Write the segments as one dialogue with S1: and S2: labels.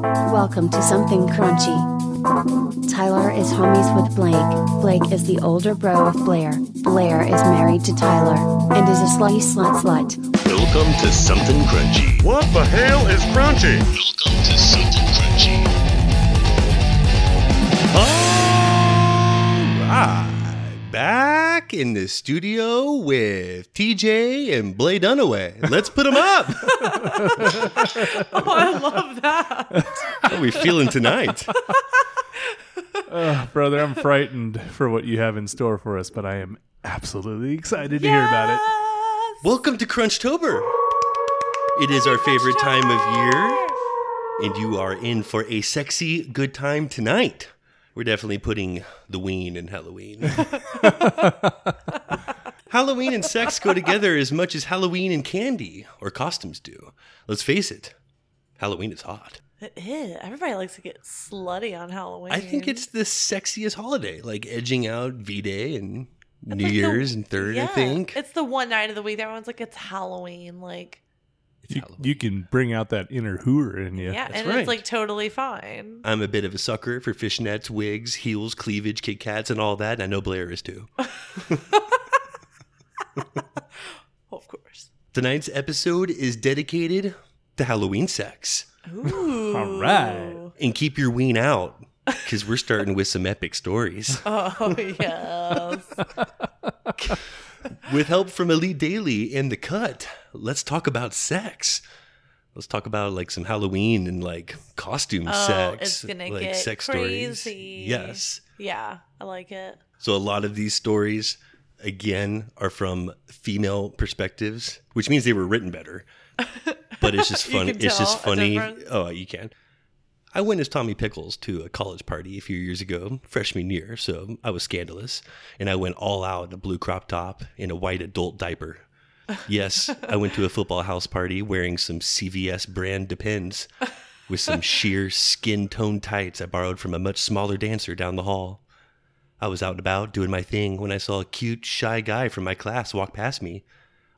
S1: welcome to Something Crunchy. Tyler is homies with Blake, Blake is the older bro of Blair, Blair is married to Tyler, and is a slutty slut slut.
S2: Welcome to Something Crunchy.
S3: What the hell is crunchy?
S2: Welcome to Something Crunchy.
S3: Alright, back in the studio with TJ and Blade Dunaway. Let's put them up.
S4: Oh, I love that.
S3: How are we feeling tonight?
S5: Brother, I'm frightened for what you have in store for us, but I am absolutely excited to hear about it.
S3: Welcome to Crunchtober. It is our favorite time of year, and you are in for a sexy good time tonight. We're definitely putting the ween in Halloween. Halloween and sex go together as much as Halloween and candy or costumes do. Let's face it, Halloween is hot.
S4: It is. Everybody likes to get slutty on Halloween.
S3: I think it's the sexiest holiday, like edging out V Day and New
S4: Like the-
S3: Year's and Third, I
S4: yeah,
S3: think.
S4: It's the one night of the week that everyone's like, it's Halloween. Like,
S5: You, you can bring out that inner hooer in you.
S4: yeah.
S3: that's
S4: and
S3: right. Uh,
S4: it's like totally fine.
S3: I'm a bit of a sucker for fishnets, wigs, heels, cleavage, Kit Kats, and all that, and I know Blair is too.
S4: Of course.
S3: Tonight's episode is dedicated to Halloween sex.
S4: Ooh.
S5: All right.
S3: And keep your ween out, because we're starting with some epic stories.
S4: Oh, yes.
S3: With help from Elite Daily and The Cut, let's talk about sex. Let's talk about like some Halloween and like costume
S4: Oh,
S3: sex.
S4: it's gonna
S3: like
S4: get
S3: sex
S4: crazy.
S3: stories. Yes.
S4: yeah. I like it.
S3: So a lot of these stories, again, are from female perspectives, which means they were written better. But it's just
S4: You
S3: funny.
S4: can
S3: It's just
S4: tell a
S3: funny.
S4: difference?
S3: Oh, you can. I went as Tommy Pickles to a college party a few years ago, freshman year, so I was scandalous. And I went all out in a blue crop top and a white adult diaper. Yes, I went to a football house party wearing some CVS brand Depends with some sheer skin tone tights I borrowed from a much smaller dancer down the hall. I was out and about doing my thing when I saw a cute, shy guy from my class walk past me.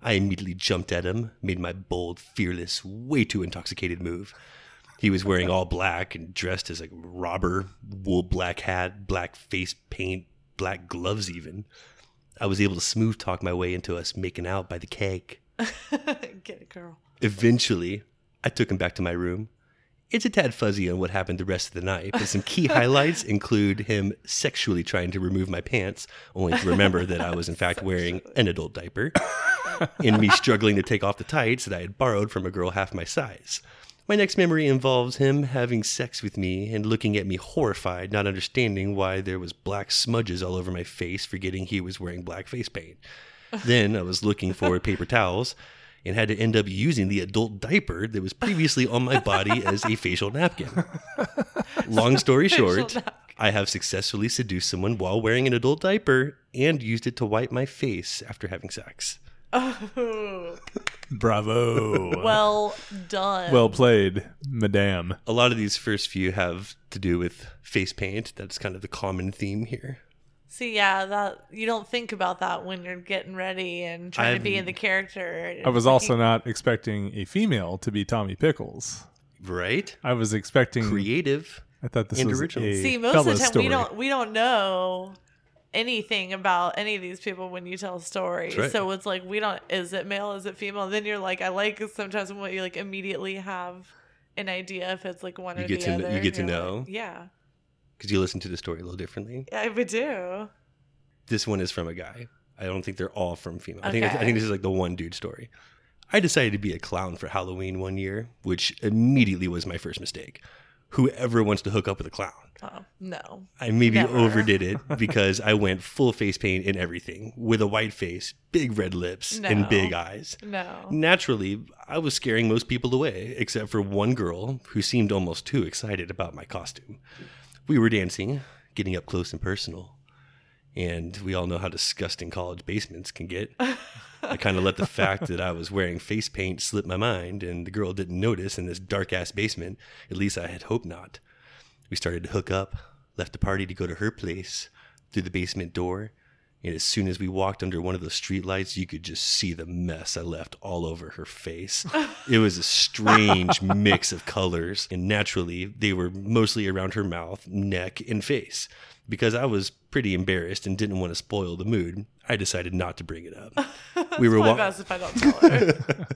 S3: I immediately jumped at him, made my bold, fearless, way too intoxicated move. He was wearing all black and dressed as a robber, wool black hat, black face paint, black gloves, even. I was able to smooth talk my way into us making out by the keg.
S4: get it, girl.
S3: Eventually, I took him back to my room. It's a tad fuzzy on what happened the rest of the night, but some key highlights include him sexually trying to remove my pants, only to remember that I was in fact wearing an adult diaper, and me struggling to take off the tights that I had borrowed from a girl half my size. My next memory involves him having sex with me and looking at me horrified, not understanding why there was black smudges all over my face, forgetting he was wearing black face paint. Then I was looking for paper towels and had to end up using the adult diaper that was previously on my body as a facial napkin. Long story
S4: Facial
S3: short,
S4: napkin.
S3: I have successfully seduced someone while wearing an adult diaper and used it to wipe my face after having sex.
S4: Oh,
S5: Bravo.
S4: well done.
S5: well played, madame.
S3: A lot of these first few have to do with face paint. That's kind of the common theme here.
S4: See, yeah, that you don't think about that when you're getting ready and trying
S3: I've-
S4: to be in the character.
S5: I was also not expecting a female to be Tommy Pickles.
S3: Right?
S5: I was expecting.
S3: Creative.
S5: I thought this
S3: and
S5: was
S3: original.
S5: a
S4: See, most of the
S5: fella
S4: time
S5: story.
S4: we don't we don't know anything about any of these people when you tell a story.
S3: That's right.
S4: So it's like we don't is it male, is it female? then you're like, I like sometimes when you like immediately have an idea if it's like one
S3: You
S4: or
S3: get
S4: the
S3: to kn-
S4: other.
S3: you get to
S4: You're like,
S3: know.
S4: yeah,
S3: Because you listen to the story a little differently.
S4: I would do.
S3: this one is from a guy. I don't think they're all from female. I think I
S4: Okay.
S3: think this is like the one dude story. I decided to be a clown for Halloween one year, which immediately was my first mistake. Whoever wants to hook up with a clown.
S4: Oh no,
S3: I maybe
S4: Never.
S3: overdid it because I went full face paint and everything with a white face, big red lips, and
S4: No.
S3: big eyes.
S4: no.
S3: Naturally, I was scaring most people away, except for one girl who seemed almost too excited about my costume. We were dancing, getting up close and personal, and we all know how disgusting college basements can get. I kind of let the fact that I was wearing face paint slip my mind, and the girl didn't notice in this dark ass basement. At least I had hoped not. We started to hook up, left the party to go to her place through the basement door, And as soon as we walked under one of the streetlights, you could just see the mess I left all over her face. it was a strange mix of colors. And naturally, they were mostly around her mouth, neck, and face. Because I was pretty embarrassed and didn't want to spoil the mood, I decided not to bring it up. we were
S4: Probably
S3: walking
S4: best if I don't tell her.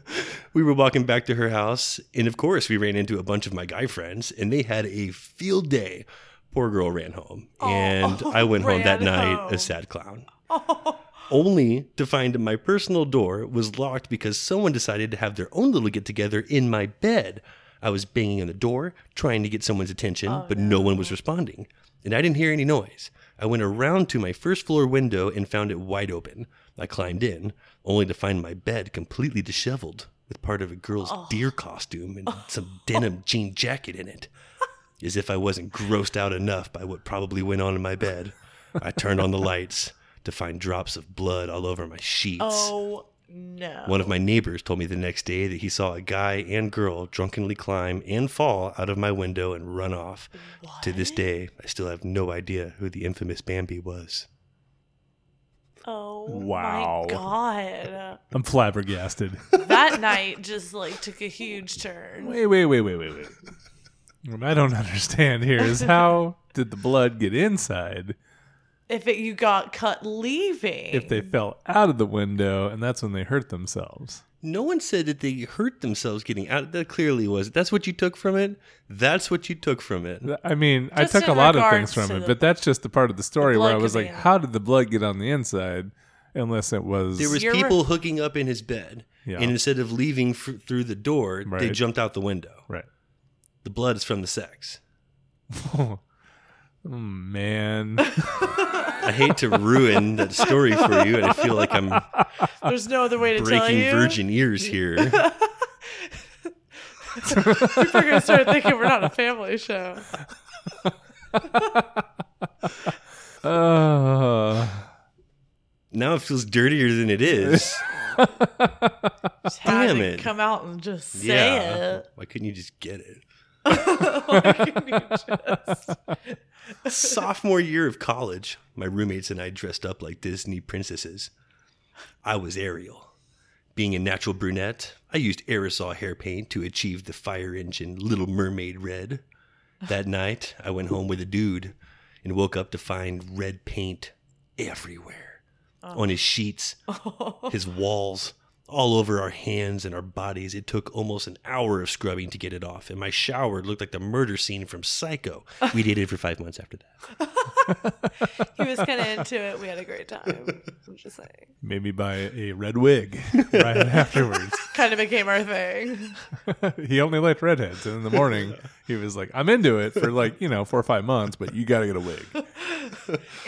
S3: we were walking back to her house, and of course, we ran into a bunch of my guy friends, and they had a field day. Poor girl ran home, and I went home that
S4: ran
S3: night
S4: home.
S3: a sad clown. Only to find my personal door was locked because someone decided to have their own little get together in my bed. I was banging on the door, trying to get someone's attention, but no one was responding, and I didn't hear any noise. I went around to my first floor window and found it wide open. I climbed in, only to find my bed completely disheveled, with part of a girl's deer costume and some denim jean jacket in it. As if I wasn't grossed out enough by what probably went on in my bed, I turned on the lights to find drops of blood all over my sheets.
S4: Oh no.
S3: One of my neighbors told me the next day that he saw a guy and girl drunkenly climb and fall out of my window and run off. To this day, I still have no idea who the infamous Bambi was.
S4: Oh
S5: Wow.
S4: my god.
S5: I'm flabbergasted.
S4: That night just like took a huge turn.
S5: wait, wait, wait, wait, wait, wait. What I don't understand here is how did the blood get inside
S4: If it, you got cut leaving,
S5: if they fell out of the window and that's when they hurt themselves?
S3: No one said that they hurt themselves getting out. That clearly was. That's what you took from it. That's what you took from it.
S5: I mean, I
S4: Just
S5: took a
S4: in
S5: lot of things
S4: regards
S5: from
S4: to the-
S5: it, but that's just the part of the story
S4: the
S5: where I
S4: blood
S5: was
S4: coming
S5: like,
S4: out.
S5: how did the blood get on the inside? Unless it was,
S3: There was
S4: You're
S3: people hooking up in his bed,
S5: Yeah.
S3: and instead of leaving f- through the door, they
S5: Right.
S3: jumped out the window.
S5: right.
S3: The blood is from the sex.
S5: oh man,
S3: I hate to ruin that story for you, and I feel like I'm
S4: there's no other way to tell
S3: breaking
S4: you.
S3: virgin ears here.
S4: People are gonna start thinking we're not a family show.
S5: uh,
S3: now it feels dirtier than it is.
S4: Just had
S3: Damn
S4: to
S3: it.
S4: Come out and just say
S3: yeah.
S4: it.
S3: Why couldn't you just get it?
S4: Like, you just-
S3: Sophomore year of college, my roommates and I dressed up like Disney princesses. I was Ariel. Being a natural brunette, I used aerosol hair paint to achieve the fire engine Little Mermaid red. That night, I went home with a dude and woke up to find red paint everywhere on his sheets, his walls, all over our hands and our bodies. It took almost an hour of scrubbing to get it off, and my shower looked like the murder scene from Psycho. We dated for five months after that.
S4: he was kind of into it. We had a great time. I'm just saying.
S5: maybe by a red wig right afterwards.
S4: Kind of became our thing.
S5: he only liked redheads, and in the morning he was like, "I'm into it for like you know four or five months, but you got to get a wig."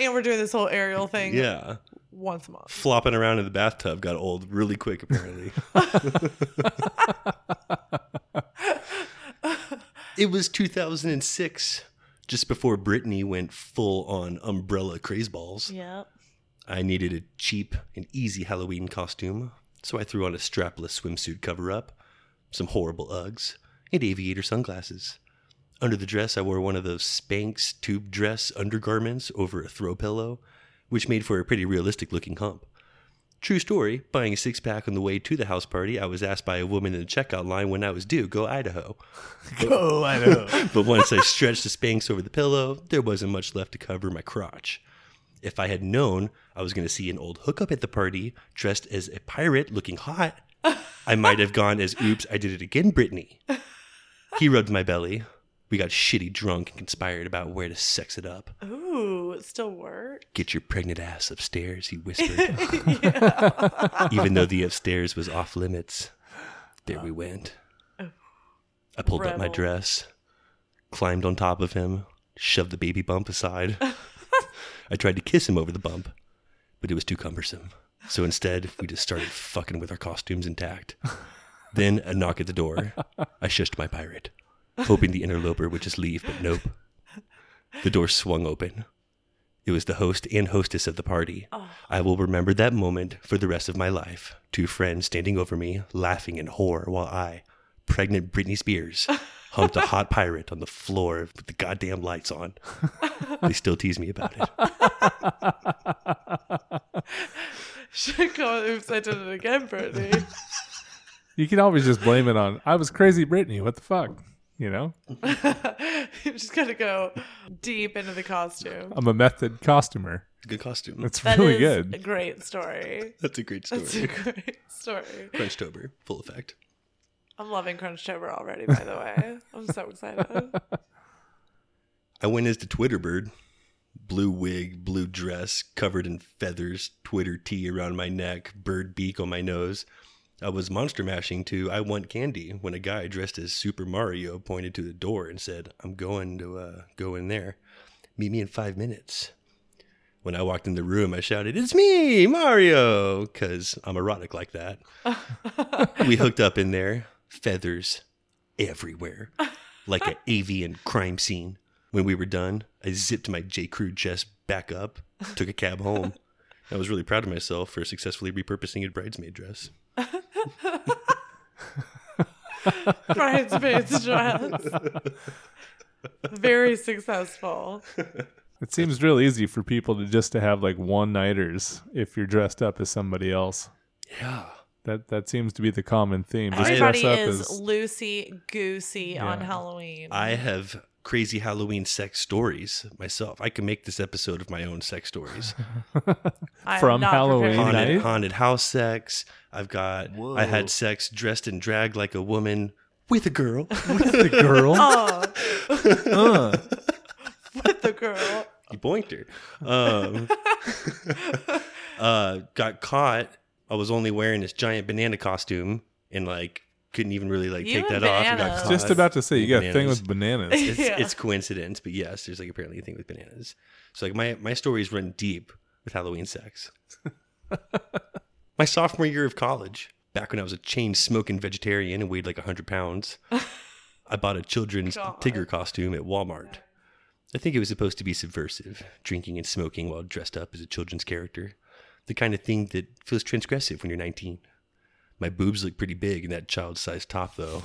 S4: And we're doing this whole aerial thing
S3: Yeah.
S4: once a month.
S3: Flopping around in the bathtub got old really quick, apparently. it was 2006, just before Britney went full on umbrella craze balls.
S4: Yep.
S3: I needed a cheap and easy Halloween costume, so I threw on a strapless swimsuit cover up, some horrible Uggs, and aviator sunglasses. Under the dress, I wore one of those Spanx tube dress undergarments over a throw pillow, which made for a pretty realistic looking hump. True story, buying a six pack on the way to the house party, I was asked by a woman in the checkout line when I was due, go Idaho.
S5: oh, I know.
S3: But once I stretched the Spanx over the pillow, there wasn't much left to cover my crotch. If I had known I was going to see an old hookup at the party dressed as a pirate looking hot, I might have gone as oops, I did it again, Brittany. He rubbed my belly. We got shitty drunk and conspired about where to sex it up.
S4: Ooh, it still worked.
S3: Get your pregnant ass upstairs, he whispered. Even though the upstairs was off limits, there we went. I pulled up my
S4: Rebel.
S3: dress, climbed on top of him, shoved the baby bump aside. I tried to kiss him over the bump, but it was too cumbersome. So instead, we just started fucking with our costumes intact. Then a knock at the door. I shushed my pirate, hoping the interloper would just leave, but nope. The door swung open. It was the host and hostess of the party. I will remember that moment for the rest of my life. Two friends standing over me, laughing in horror, while I, pregnant Britney Spears, humped a hot pirate on the floor with the goddamn lights on. They still tease me about it.
S4: Should go. Oops, I did it again, Brittany.
S5: You can always just blame it on I was crazy Brittany, what the fuck? You know?
S4: you just gotta go deep into the costume.
S5: I'm a method costumer.
S3: Good costume. That's,
S5: That's
S4: That is
S5: really
S4: a
S5: good.
S4: great story.
S3: a great
S4: That's a
S3: story.
S4: great story.
S3: Crunchtober, full effect.
S4: I'm loving Crunchtober already, by the way. I'm so excited.
S3: I went as the Twitterbird. Blue wig, blue dress, covered in feathers, Twitter tee around my neck, bird beak on my nose. I was monster mashing to I Want Candy when a guy dressed as Super Mario pointed to the door and said, I'm going to uh, go in there. Meet me in five minutes. When I walked in the room, I shouted, It's me, Mario! Because I'm erotic like that. we hooked up in there, feathers everywhere, like an avian crime scene. When we were done, I zipped my J. Crew dress back up, took a cab home. I was really proud of myself for successfully repurposing a bridesmaid dress.
S4: Brian's Bates dress. Very successful.
S5: It seems real easy for people to just to have like one nighters if you're dressed up as somebody else.
S3: Yeah.
S5: That that seems to be the common theme. Just
S4: Everybody
S5: dress up
S4: is
S5: as
S4: loosey goosey on
S5: Yeah.
S4: Halloween.
S3: I have crazy Halloween sex stories myself. I can make this episode of my own sex stories.
S4: I'm
S5: from
S4: not
S5: Halloween
S4: prepared.
S5: night.
S3: haunted, haunted house sex. I've got I had sex dressed and dragged like a woman with a girl.
S5: the girl.
S4: Oh,
S5: Uh.
S4: with the girl.
S3: you boinked her. Um, uh, got caught. I was only wearing this giant banana costume and like couldn't even really like
S4: You
S3: take
S4: and
S3: that off. And
S4: bananas.
S3: got caught.
S5: Just about to say you got a thing
S3: Bananas.
S5: with bananas.
S3: It's,
S4: Yeah.
S3: it's coincidence, but yes, there's like apparently a thing with bananas. So like my my stories run deep with Halloween sex. my sophomore year of college, back when I was a chain smoking vegetarian and weighed like hundred pounds, I bought a children's
S4: God.
S3: Tigger costume at Walmart. I think it was supposed to be subversive, drinking and smoking while dressed up as a children's character, the kind of thing that feels transgressive when you're 19. My boobs look pretty big in that child-sized top, though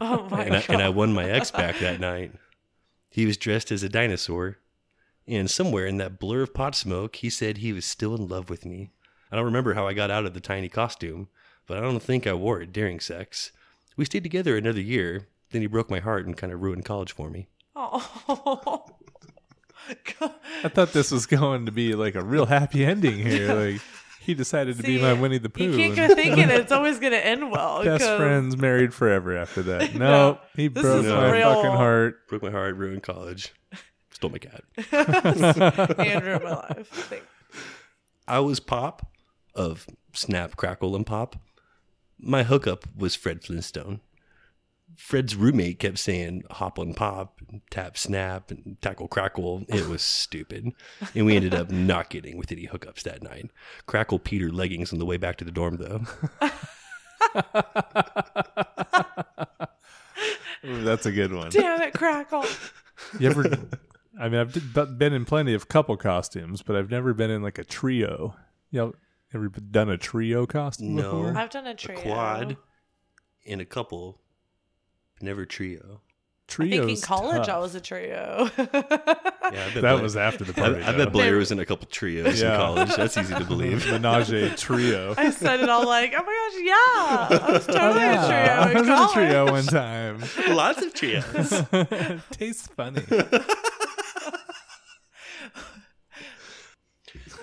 S4: Oh my
S3: and I,
S4: god.
S3: and I won my ex back that night. He was dressed as a dinosaur, and somewhere in that blur of pot smoke, he said he was still in love with me. I don't remember how I got out of the tiny costume, but I don't think I wore it during sex. We stayed together another year. Then he broke my heart and kind of ruined college for me.
S4: Oh. God.
S5: I thought this was going to be like a real happy ending here. Like he decided to be
S4: See,
S5: my Winnie the Pooh.
S4: You can't
S5: and
S4: go thinking it's always going to end well.
S5: best
S4: 'cause
S5: friends married forever after that. No,
S4: No,
S5: he
S4: this
S5: broke
S3: is
S5: my
S4: real.
S5: fucking heart.
S3: Broke my heart, ruined college, stole my cat.
S4: And ruined my life. Thank-
S3: I was Pop of Snap, Crackle, and Pop. My hookup was Fred Flintstone. Fred's roommate kept saying hop on pop, tap snap, and tackle crackle. It was stupid. And we ended up not getting with any hookups that night. Crackle Peter leggings on the way back to the dorm, though.
S5: Ooh, that's a good one.
S4: Damn it, Crackle.
S5: You ever? I mean, I've d- b- been in plenty of couple costumes, but I've never been in like a trio. You know, ever b- done a trio costume
S3: No.
S5: before?
S4: I've done a
S3: A
S4: trio.
S3: quad and a couple, but never trio.
S4: I
S5: Trios.
S4: think in college I
S5: tough.
S4: was a trio.
S3: Yeah, I bet
S5: That
S3: Blair-
S5: was after the
S3: I,
S5: party.
S3: I bet
S5: though.
S3: Blair was in a couple trios
S5: Yeah.
S3: in college. That's easy to believe.
S5: Menage a trio.
S4: I said it all like, oh my gosh, yeah. I was
S5: Oh,
S4: totally
S5: yeah.
S4: a trio.
S5: I
S4: in
S5: was in a
S4: college.
S5: trio one time.
S3: Lots of trios.
S5: Tastes funny.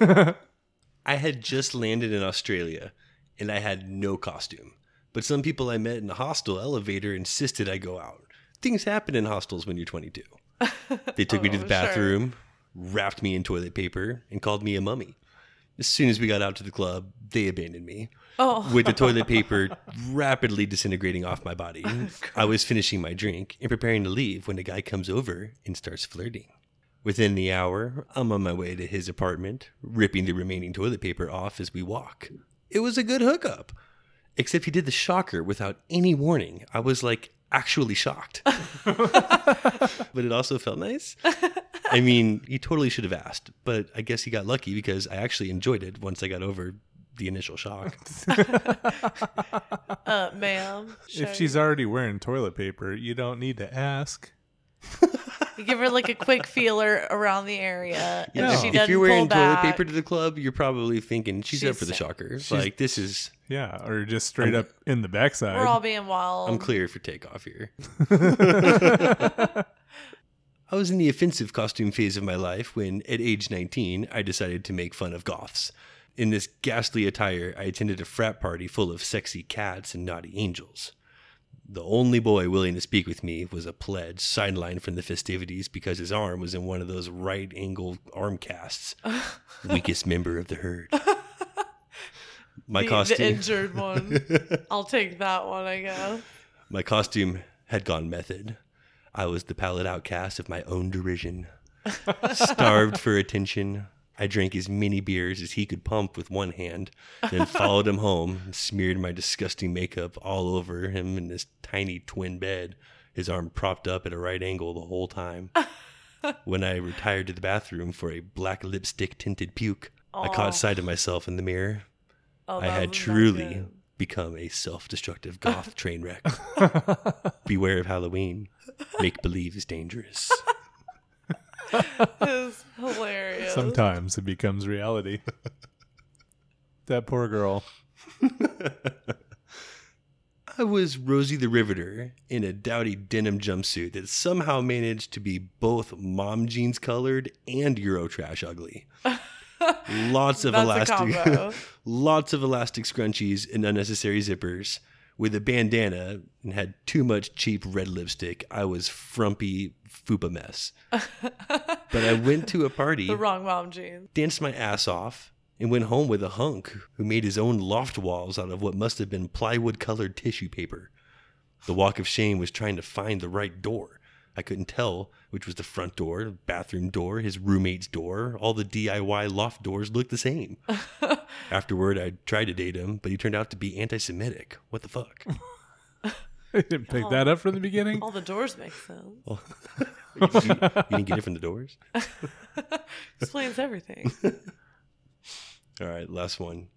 S3: I had just landed in Australia and I had no costume. But some people I met in the hostel elevator insisted I go out. Things happen in hostels when you're 22. They took me to
S4: Oh,
S3: the
S4: sure.
S3: bathroom, wrapped me in toilet paper, and called me a mummy. As soon as we got out to the club, they abandoned me
S4: Oh,
S3: with the toilet paper rapidly disintegrating off my body.
S4: Oh,
S3: I was finishing my drink and preparing to leave when a guy comes over and starts flirting. Within the hour, I'm on my way to his apartment, ripping the remaining toilet paper off as we walk. It was a good hookup. Except he did the shocker without any warning. I was like actually shocked. but it also felt nice. I mean, he totally should have asked, but I guess he got lucky because I actually enjoyed it once I got over the initial shock.
S4: uh, ma'am. Sure.
S5: If she's already wearing toilet paper, you don't need to ask.
S4: You give her like a quick feeler around the area.
S3: You
S4: And
S3: know,
S5: No.
S4: she
S3: if
S4: doesn't
S3: you're wearing
S4: pull back.
S3: toilet paper to the club, you're probably thinking she's, up
S4: She's
S3: for the
S4: sick.
S3: shocker. Like this is
S5: Yeah, or just straight up in the backside.
S4: We're all being wild.
S3: I'm clear for takeoff here. I was in the offensive costume phase of my life when, at age 19, I decided to make fun of goths. In this ghastly attire, I attended a frat party full of sexy cats and naughty angels. The only boy willing to speak with me was a pledge sidelined from the festivities because his arm was in one of those right angle arm casts. Weakest member of the herd. My
S4: the,
S3: costume.
S4: the injured one. I'll take that one, I guess.
S3: My costume had gone method. I was the pallid outcast of my own derision. Starved for attention, I drank as many beers as he could pump with one hand, then followed him home and smeared my disgusting makeup all over him in this tiny twin bed, his arm propped up at a right angle the whole time. when I retired to the bathroom for a black lipstick tinted puke, I
S4: Aw.
S3: caught sight of myself in the mirror.
S4: Oh,
S3: I
S4: that
S3: had
S4: was not
S3: truly
S4: good.
S3: become a self destructive goth train wreck. Beware of Halloween. Make believe is dangerous.
S4: It's hilarious.
S5: Sometimes it becomes reality. that poor girl.
S3: I was Rosie the Riveter in a dowdy denim jumpsuit that somehow managed to be both mom jeans colored and Eurotrash ugly. Lots of
S4: That's a combo.
S3: elastic lots of elastic scrunchies and unnecessary zippers. With a bandana and had too much cheap red lipstick, I was frumpy fupa mess. but I went to a party.
S4: the wrong mom jeans.
S3: danced my ass off, and went home with a hunk who made his own loft walls out of what must have been plywood colored tissue paper. The walk of shame was trying to find the right door. I couldn't tell which was the front door, bathroom door, his roommate's door. All the DIY loft doors looked the same. Afterward, I tried to date him, but he turned out to be anti Semitic. What the fuck?
S5: I didn't pick that up from the beginning.
S4: All the doors make sense.
S3: Oh. you, you didn't get it from the doors?
S4: Explains everything.
S3: All right, last one.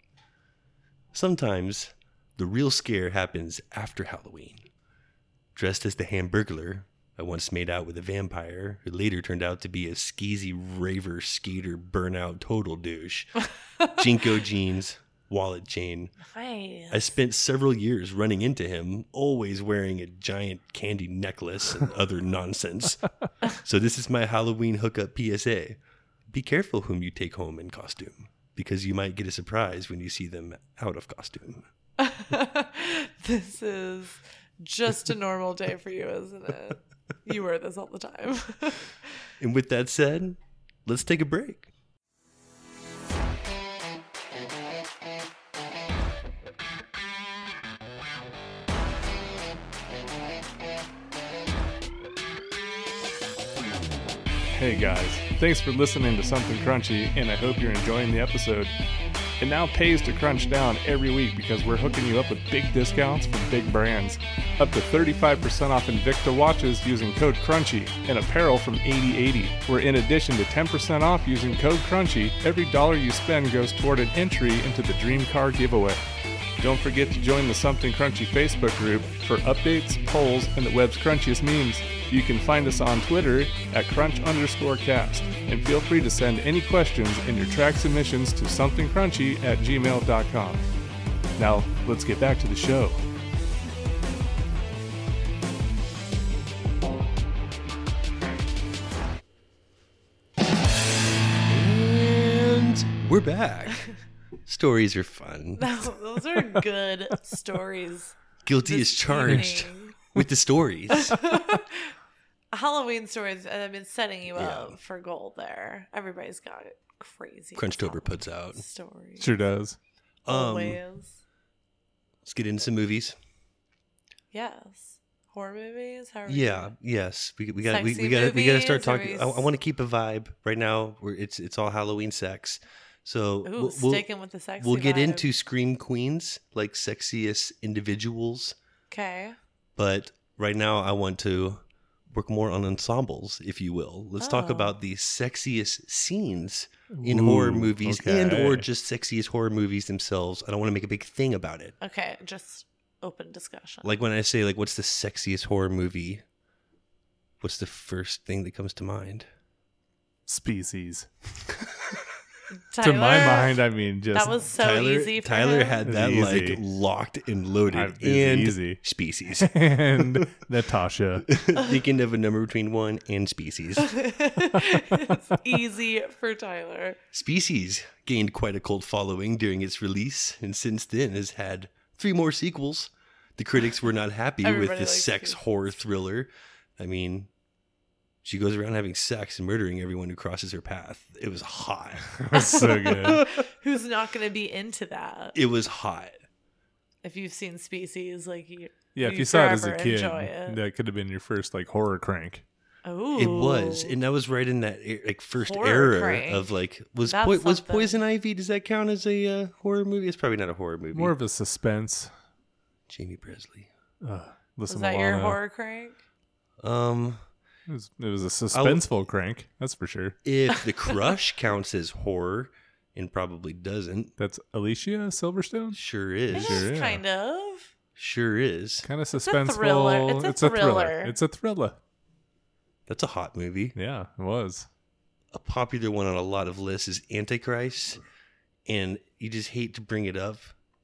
S3: Sometimes the real scare happens after Halloween. Dressed as the Hamburglar, I once made out with a vampire who later turned out to be a skeezy raver skater burnout total douche. Jinko jeans, wallet chain.
S4: Nice.
S3: I spent several years running into him, always wearing a giant candy necklace and other nonsense. So this is my Halloween hookup PSA. Be careful whom you take home in costume because you might get a surprise when you see them out of costume.
S4: this is just a normal day for you, isn't it? You wear this all the time.
S3: And with that said, let's take a break.
S5: Hey guys, thanks for listening to Something Crunchy, and I hope you're enjoying the episode. It now pays to crunch down every week because we're hooking you up with big discounts from big brands. Up to 35% off Invicta watches using code CRUNCHY and apparel from 8080. Where in addition to 10% off using code CRUNCHY, every dollar you spend goes toward an entry into the Dream Car giveaway. Don't forget to join the Something Crunchy Facebook group for updates, polls, and the web's crunchiest memes. You can find us on Twitter at crunch underscore cast. And feel free to send any questions and your track submissions to somethingcrunchy at gmail.com. Now, let's get back to the show.
S3: And we're back. Stories are fun.
S4: Those are good stories.
S3: Guilty
S4: This
S3: is charged
S4: evening.
S3: with the stories.
S4: Halloween stories. and I've been setting you
S3: Yeah.
S4: up for gold there. Everybody's got it crazy.
S3: Crunchtober
S4: Halloween
S3: puts out.
S4: stories.
S5: does.
S3: Um,
S4: Always.
S3: let's get into some movies.
S4: Yes. Horror movies. How are we
S3: Yeah.
S4: doing?
S3: Yes. We we got we,
S4: Sexy
S3: we got we got to start
S4: movies, or
S3: talking.
S4: we
S3: I,
S4: s-
S3: want to keep a vibe right now. We're, it's it's all Halloween sex. So
S4: Ooh,
S3: we'll we'll,
S4: sticking with the sexy.
S3: we'll get
S4: vibe.
S3: into scream queens like sexiest individuals,
S4: Okay.
S3: but right now I want to work more on ensembles, if you will. Let's talk
S4: Oh.
S3: about the sexiest scenes in horror
S5: Ooh,
S3: movies and
S5: okay.
S3: or just sexiest horror movies themselves. I don't want to make a big thing about it.
S4: Okay. Just open discussion.
S3: Like when I say like what's the sexiest horror movie? What's the first thing that comes to mind?
S5: Species.
S4: Tyler,
S5: to my mind, I mean, just
S4: that was so
S3: Tyler,
S4: easy. For
S3: Tyler
S4: him.
S3: had
S5: It's
S3: that
S5: easy.
S3: like locked and loaded.
S5: I- it's
S3: and
S5: easy.
S3: species.
S5: and Natasha.
S3: Thinking of a number between one and species.
S4: it's easy for Tyler.
S3: Species gained quite a cult following during its release, and since then has had three more sequels. The critics were not happy with
S4: Everybody
S3: this
S4: likes
S3: sex
S4: Species.
S3: horror thriller. I mean, she goes around having sex and murdering everyone who crosses her path. It was hot.
S5: so good.
S4: Who's not going to be into that?
S3: It was hot.
S4: If you've seen Species, like you.
S5: Yeah, if you,
S4: You
S5: saw it as a
S4: forever
S5: kid,
S4: enjoy it.
S5: that could have been your first like horror crank.
S4: Oh,
S3: It was, and that was right in that e- like first
S4: Horror
S3: era
S4: crank.
S3: of like was
S4: That's
S3: po- was
S4: something.
S3: Poison Ivy. Does that count as a uh, horror movie? It's probably not a horror movie.
S5: More of a suspense.
S3: Jamie Presley.
S5: Ugh,
S4: was
S5: listen,
S4: that your
S5: Milano.
S4: horror crank?
S3: Um,
S5: It was, it was a suspenseful crank, that's for sure.
S3: if The Crush counts as horror, and probably doesn't,
S5: That's Alicia Silverstone.
S3: sure
S4: It
S3: is,
S5: Sure. yeah.
S4: is kind of.
S3: sure is.
S5: Kind of
S4: a
S5: suspenseful.
S4: thriller. It's a thriller.
S5: It's a thriller.
S3: That's a hot movie.
S5: Yeah, it was.
S3: A popular one on a lot of lists is Antichrist, and you just hate to bring it up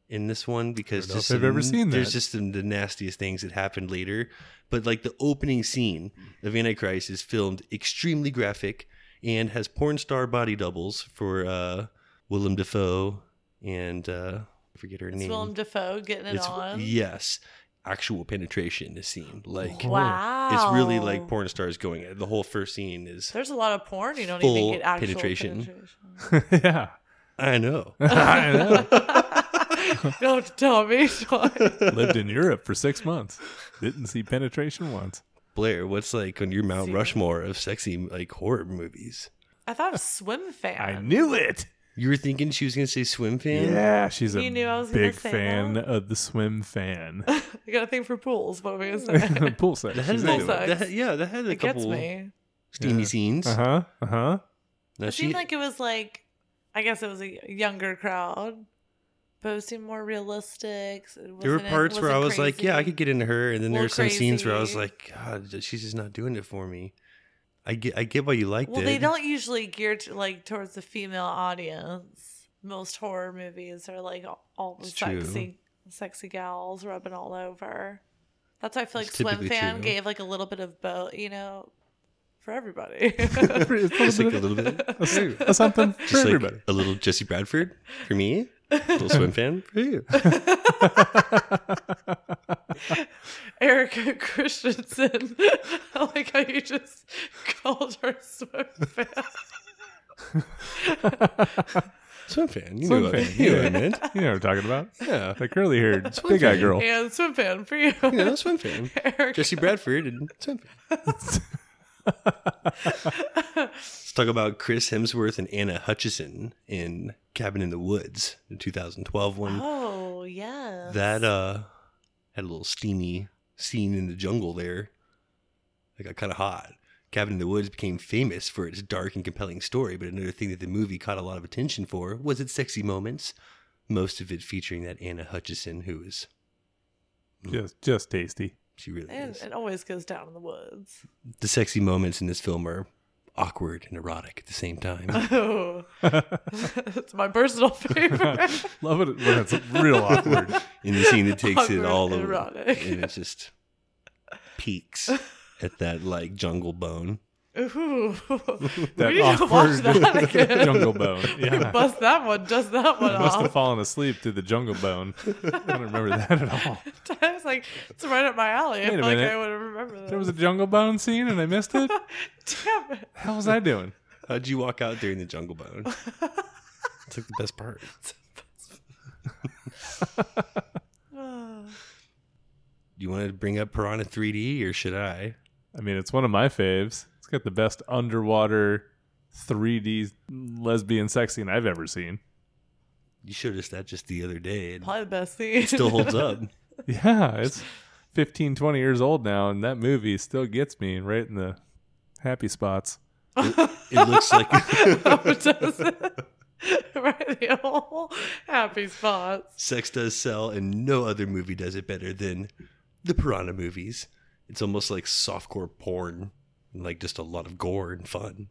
S3: in this one because
S5: I don't know
S3: just
S5: if I've
S3: some-
S5: ever seen that.
S3: there's just some, the nastiest things that happened later. But like the opening scene of Antichrist is filmed extremely graphic and has porn star body doubles for uh, Willem Dafoe and uh, I forget her
S4: It's
S3: name.
S4: Willem Dafoe getting it
S3: It's-
S4: on.
S3: Yes, actual penetration is seen. Like
S4: Wow.
S3: it's really like porn stars going. at it. The whole first scene is.
S4: There's a lot of porn you don't
S3: Full
S4: even get actual
S3: penetration.
S4: penetration.
S5: yeah.
S3: I know.
S5: I know.
S4: don't tell me. Sean.
S5: Lived in Europe for six months. Didn't see penetration once.
S3: Blair, what's like on your Mount
S4: See?
S3: Rushmore of sexy like horror movies?
S4: I thought of swim fan.
S5: I knew it.
S3: You were thinking she was gonna say swim fan?
S5: Yeah, she's a
S4: You knew I was gonna
S5: big
S4: say
S5: fan
S4: that.
S5: of the swim fan.
S4: I got a thing for pools. What am I gonna say?
S5: Pool sex.
S3: That had,
S5: She's
S4: Pool
S5: into
S3: that,
S5: it.
S4: sex.
S3: that- yeah, that had a
S4: it gets
S3: couple
S4: me.
S3: steamy
S5: Yeah.
S3: scenes.
S5: Uh huh. Uh huh.
S3: Now
S4: It
S3: she-
S4: seemed like it was like, I guess it was a younger crowd, but it seemed more realistic. It
S3: there were
S4: wasn't- it
S3: parts where I
S4: wasn't
S3: was like, yeah, I
S4: crazy.
S3: could get into her, and then there were
S4: Little
S3: some scenes where I was
S4: crazy.
S3: like, God, she's just not doing it for me. I get, I get why you liked
S4: Well,
S3: it.
S4: they don't usually gear to, like towards the female audience. Most horror movies are like all- all the
S3: It's true.
S4: sexy, sexy gals rubbing all over. That's why I feel like
S3: It's
S4: Swim
S3: typically
S4: Fan
S3: true.
S4: gave like a little bit of both, you know, for everybody.
S5: It's
S3: Just like a little bit,
S5: That's something for
S3: just like
S5: everybody.
S3: a little Jesse Bradford for me, a little swim fan for you.
S4: Erica Christensen. I like how you just called her Swim Fan.
S3: Swim fan, you
S5: Swim
S3: know what I
S5: fan,
S3: meant. You know what I
S5: yeah.
S3: meant.
S5: you know what I'm talking about?
S3: Yeah,
S5: The curly haired
S3: Swim
S5: big eye
S3: fan.
S5: girl.
S4: And Swim Fan for you.
S3: you know, swim fan.
S4: Erica.
S3: Jesse Bradford and swim fan. Let's talk about Chris Hemsworth and Anna Hutchison in Cabin in the Woods, the 2012 one.
S4: Oh, yeah.
S3: That uh had a little steamy scene in the jungle there. That got kind of hot. Cabin in the Woods became famous for its dark and compelling story, but another thing that the movie caught a lot of attention for was its sexy moments, most of it featuring that Anna Hutchison, who is
S5: Just, just tasty.
S3: she really
S4: And
S3: is.
S4: it always goes down in the woods.
S3: The sexy moments in this film are awkward and erotic at the same time.
S4: Oh, it's my personal favorite.
S5: Love it when it's real awkward.
S3: in the scene that takes it
S4: Awkward
S3: all
S4: and
S3: over,
S4: erotic.
S3: and it just peaks at that like jungle bone.
S4: Ooh.
S5: That
S4: we need to watch
S5: awkward
S4: that again.
S5: jungle bone. Yeah.
S4: Bust that one, just that one
S5: Must have
S4: off.
S5: fallen asleep through the jungle bone. I don't remember that at all.
S4: I was like, it's right up my alley. I
S5: Wait a
S4: feel like
S5: minute.
S4: I would remember that.
S5: There was a jungle bone scene and I missed it.
S4: Damn it.
S5: How was I doing?
S3: How'd you walk out during the jungle bone? it's like the best part.
S4: Oh.
S3: Do you want to bring up Piranha 3D or should I?
S5: I mean, it's one of my faves. It's got the best underwater 3D lesbian sex scene I've ever seen.
S3: You showed us that just the other day. And it
S4: Probably the best scene.
S3: still holds up.
S5: Yeah, it's 15, 20 years old now, and that movie still gets me right in the happy spots.
S3: It looks like
S4: Oh, it does. right, the whole happy spots.
S3: sex does sell, and no other movie does it better than the Piranha movies. It's almost like softcore porn and like just a lot of gore and fun.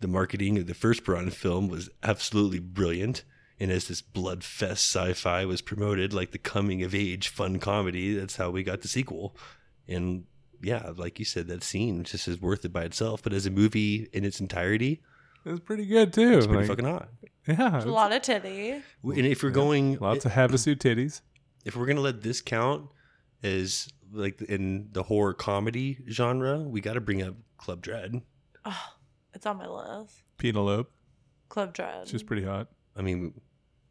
S3: The marketing of the first Piranha film was absolutely brilliant. And as this blood fest sci fi was promoted like the coming of age fun comedy, that's how we got the sequel. And yeah, like you said, that scene just is worth it by itself. But as a movie in its entirety,
S5: It's pretty good too.
S3: it's pretty
S5: Like,
S3: fucking hot.
S5: yeah,
S4: A lot of titty.
S3: And if we're going,
S5: lots of Havasu titties.
S3: if we're gonna let this count as like in the horror comedy genre, we got to bring up Club Dread.
S4: Oh, it's on my list.
S5: Penelope.
S4: Club Dread.
S5: She's pretty hot.
S3: I mean,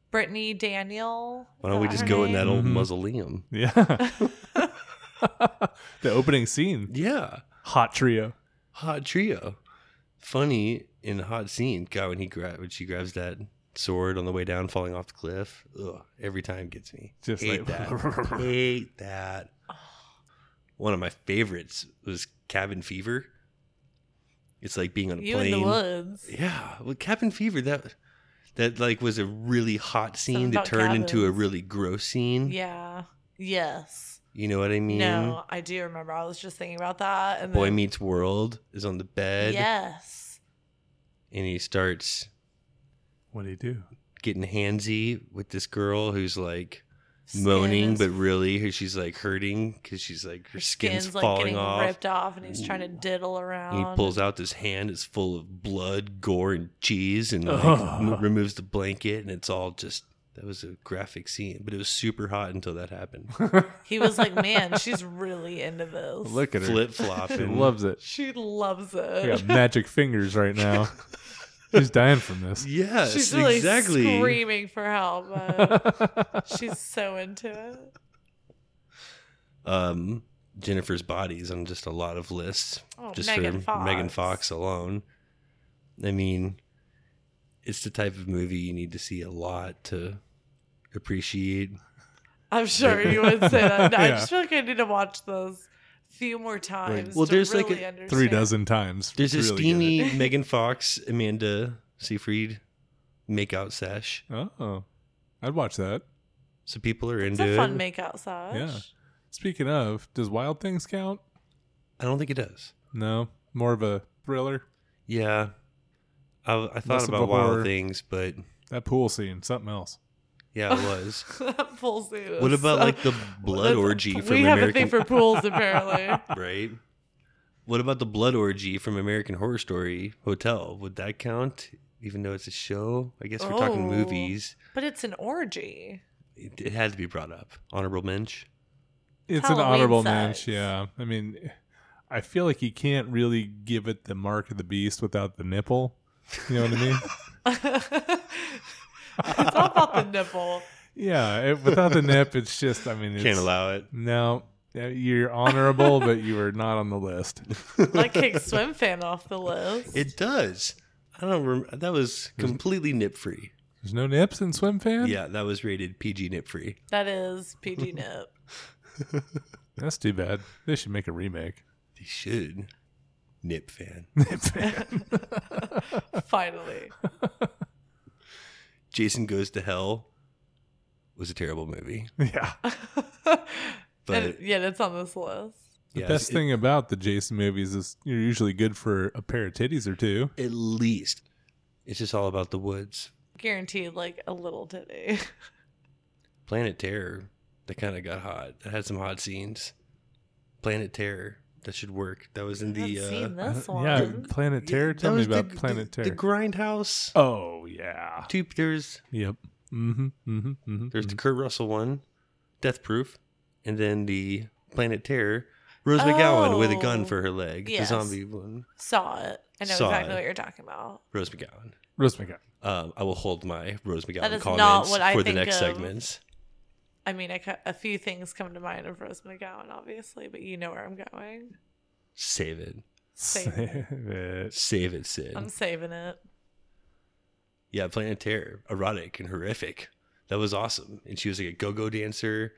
S4: Brittany Daniel.
S3: why don't
S4: Is
S3: we just go in
S4: her
S3: that
S4: name?
S3: old
S5: Mhm.
S3: mausoleum?
S5: Yeah. the opening scene.
S3: Yeah,
S5: Hot trio.
S3: hot trio, funny in the hot scene. God, when he grab when she grabs that sword on the way down, falling off the cliff. Ugh, every time gets me.
S5: Just
S3: hate
S5: like-
S3: that. hate that. One of my favorites was Cabin Fever. It's like being on a
S4: You
S3: plane.
S4: in the woods.
S3: Yeah, well, Cabin Fever that that like was a really hot
S4: Something
S3: scene that
S4: about
S3: turned into a
S4: cabins.
S3: really gross scene.
S4: Yeah. Yes.
S3: you know what I mean.
S4: No, I do remember. I was just thinking about that. And
S3: Boy
S4: then,
S3: Meets World is on the bed,
S4: Yes.
S3: and he starts
S5: What do you do?
S3: getting handsy with this girl who's like moaning, but
S4: Skin is-
S3: really who she's like hurting because she's like her skin's,
S4: like
S3: falling
S4: getting
S3: off.
S4: ripped off, and he's trying to diddle around.
S3: And he pulls out this hand. It's full of blood, gore, and cheese, and like,
S5: Ugh.
S3: m- removes the blanket, and it's all just. That was a graphic scene, but it was super hot until that happened.
S4: He was like, "Man, she's really into this.
S5: Look at her.
S3: Flip flopping,
S5: She loves it.
S4: she loves
S5: She
S4: it.
S5: got magic fingers right now. She's dying from this.
S3: Yes,
S4: she's really
S3: exactly.
S4: screaming for help. but she's so into it.
S3: Um, Jennifer's body is on just a lot of lists,
S4: Oh,
S3: just
S4: Megan
S3: for
S4: Fox.
S3: Megan Fox alone. I mean, it's the type of movie you need to see a lot to appreciate.
S4: I'm sure you would say that. No, I
S5: Yeah.
S4: just feel like I need to watch those few more times.
S3: Well,
S4: to
S3: there's like
S4: really
S3: a-
S4: understand.
S5: Three dozen times.
S3: There's a
S5: Really good.
S3: steamy Megan Fox, Amanda Seyfried makeout sesh.
S5: Oh, I'd watch that.
S3: So people are
S4: It's
S3: into
S4: a fun
S3: it.
S4: make out sash.
S5: Yeah. Speaking of, does Wild Things count?
S3: I don't think it does.
S5: No, more of a thriller.
S3: Yeah, I, I
S5: Less
S3: thought
S5: of a
S3: about Wild
S5: horror.
S3: Things, but
S5: That pool scene, something else.
S3: yeah, it was.
S4: that pool suit. is
S3: what about
S4: so-
S3: like the blood
S4: That's-
S3: orgy from
S4: We have
S3: American
S4: a thing for pools apparently.
S3: right? What about the blood orgy from American Horror Story Hotel? Would that count? Even though it's a show, I guess we're talking
S4: Oh.
S3: movies.
S4: but it's an orgy.
S3: It, it had to be brought up. Honorable mensch.
S5: It's an
S4: Halloween
S5: honorable
S4: size.
S5: mensch. Yeah, I mean, I feel like you can't really give it the mark of the beast without the nipple. You know what I mean?
S4: it's all about the nipple.
S5: yeah, it, without the nip, it's just. I mean, it's,
S3: Can't allow it.
S5: No, uh, you're honorable, but you are not on the list.
S4: That kicks swim fan off the list.
S3: It does. I don't remember. That was completely nip free.
S5: There's no nips in swim
S4: Mm.
S5: fan.
S3: Yeah, that was rated PG nip free.
S4: that is PG nip.
S5: that's too bad. They should make a remake.
S3: They should. Nip fan.
S5: Nip fan.
S4: Finally,
S3: Jason Goes to Hell was a terrible movie.
S5: yeah.
S3: But
S4: and, yet it's on this list.
S5: The
S3: yeah,
S5: best
S3: it-
S5: thing about the Jason movies is you're usually good for a pair of titties or two.
S3: at least, it's just all about the woods.
S4: Guaranteed, like a little titty.
S3: Planet Terror that kind of got hot. That had some hot scenes. Planet Terror that should work. That was in the
S4: I've
S3: uh,
S4: seen this one.
S5: Yeah, Planet Terror.
S3: that
S5: Tell me
S3: was the-
S5: about Planet
S3: the,
S5: Terror.
S3: The Grindhouse.
S5: oh yeah.
S3: Two, there's
S5: Yep. Mm-hmm. Mm-hmm. mm-hmm.
S3: there's the Kurt Russell one, Death Proof, and then the Planet Terror. Rose McGowan with a gun
S4: Oh,
S3: for her leg.
S4: yes.
S3: The zombie one.
S4: Saw it. I know
S3: Saw
S4: exactly
S3: it.
S4: what you're talking about.
S3: Rose McGowan.
S5: Rose McGowan.
S3: Um, I will hold my Rose McGowan
S4: is not
S3: comments
S4: what I
S3: for the
S4: think
S3: next
S4: of.
S3: segments.
S4: I mean, I ca- a few things come to mind of Rose McGowan, obviously, but you know where I'm going.
S3: Save it.
S4: Save
S5: it.
S3: Save it, Sid.
S4: I'm saving it.
S3: Yeah, Planet Terror, erotic and horrific. That was awesome. And she was like a go-go dancer.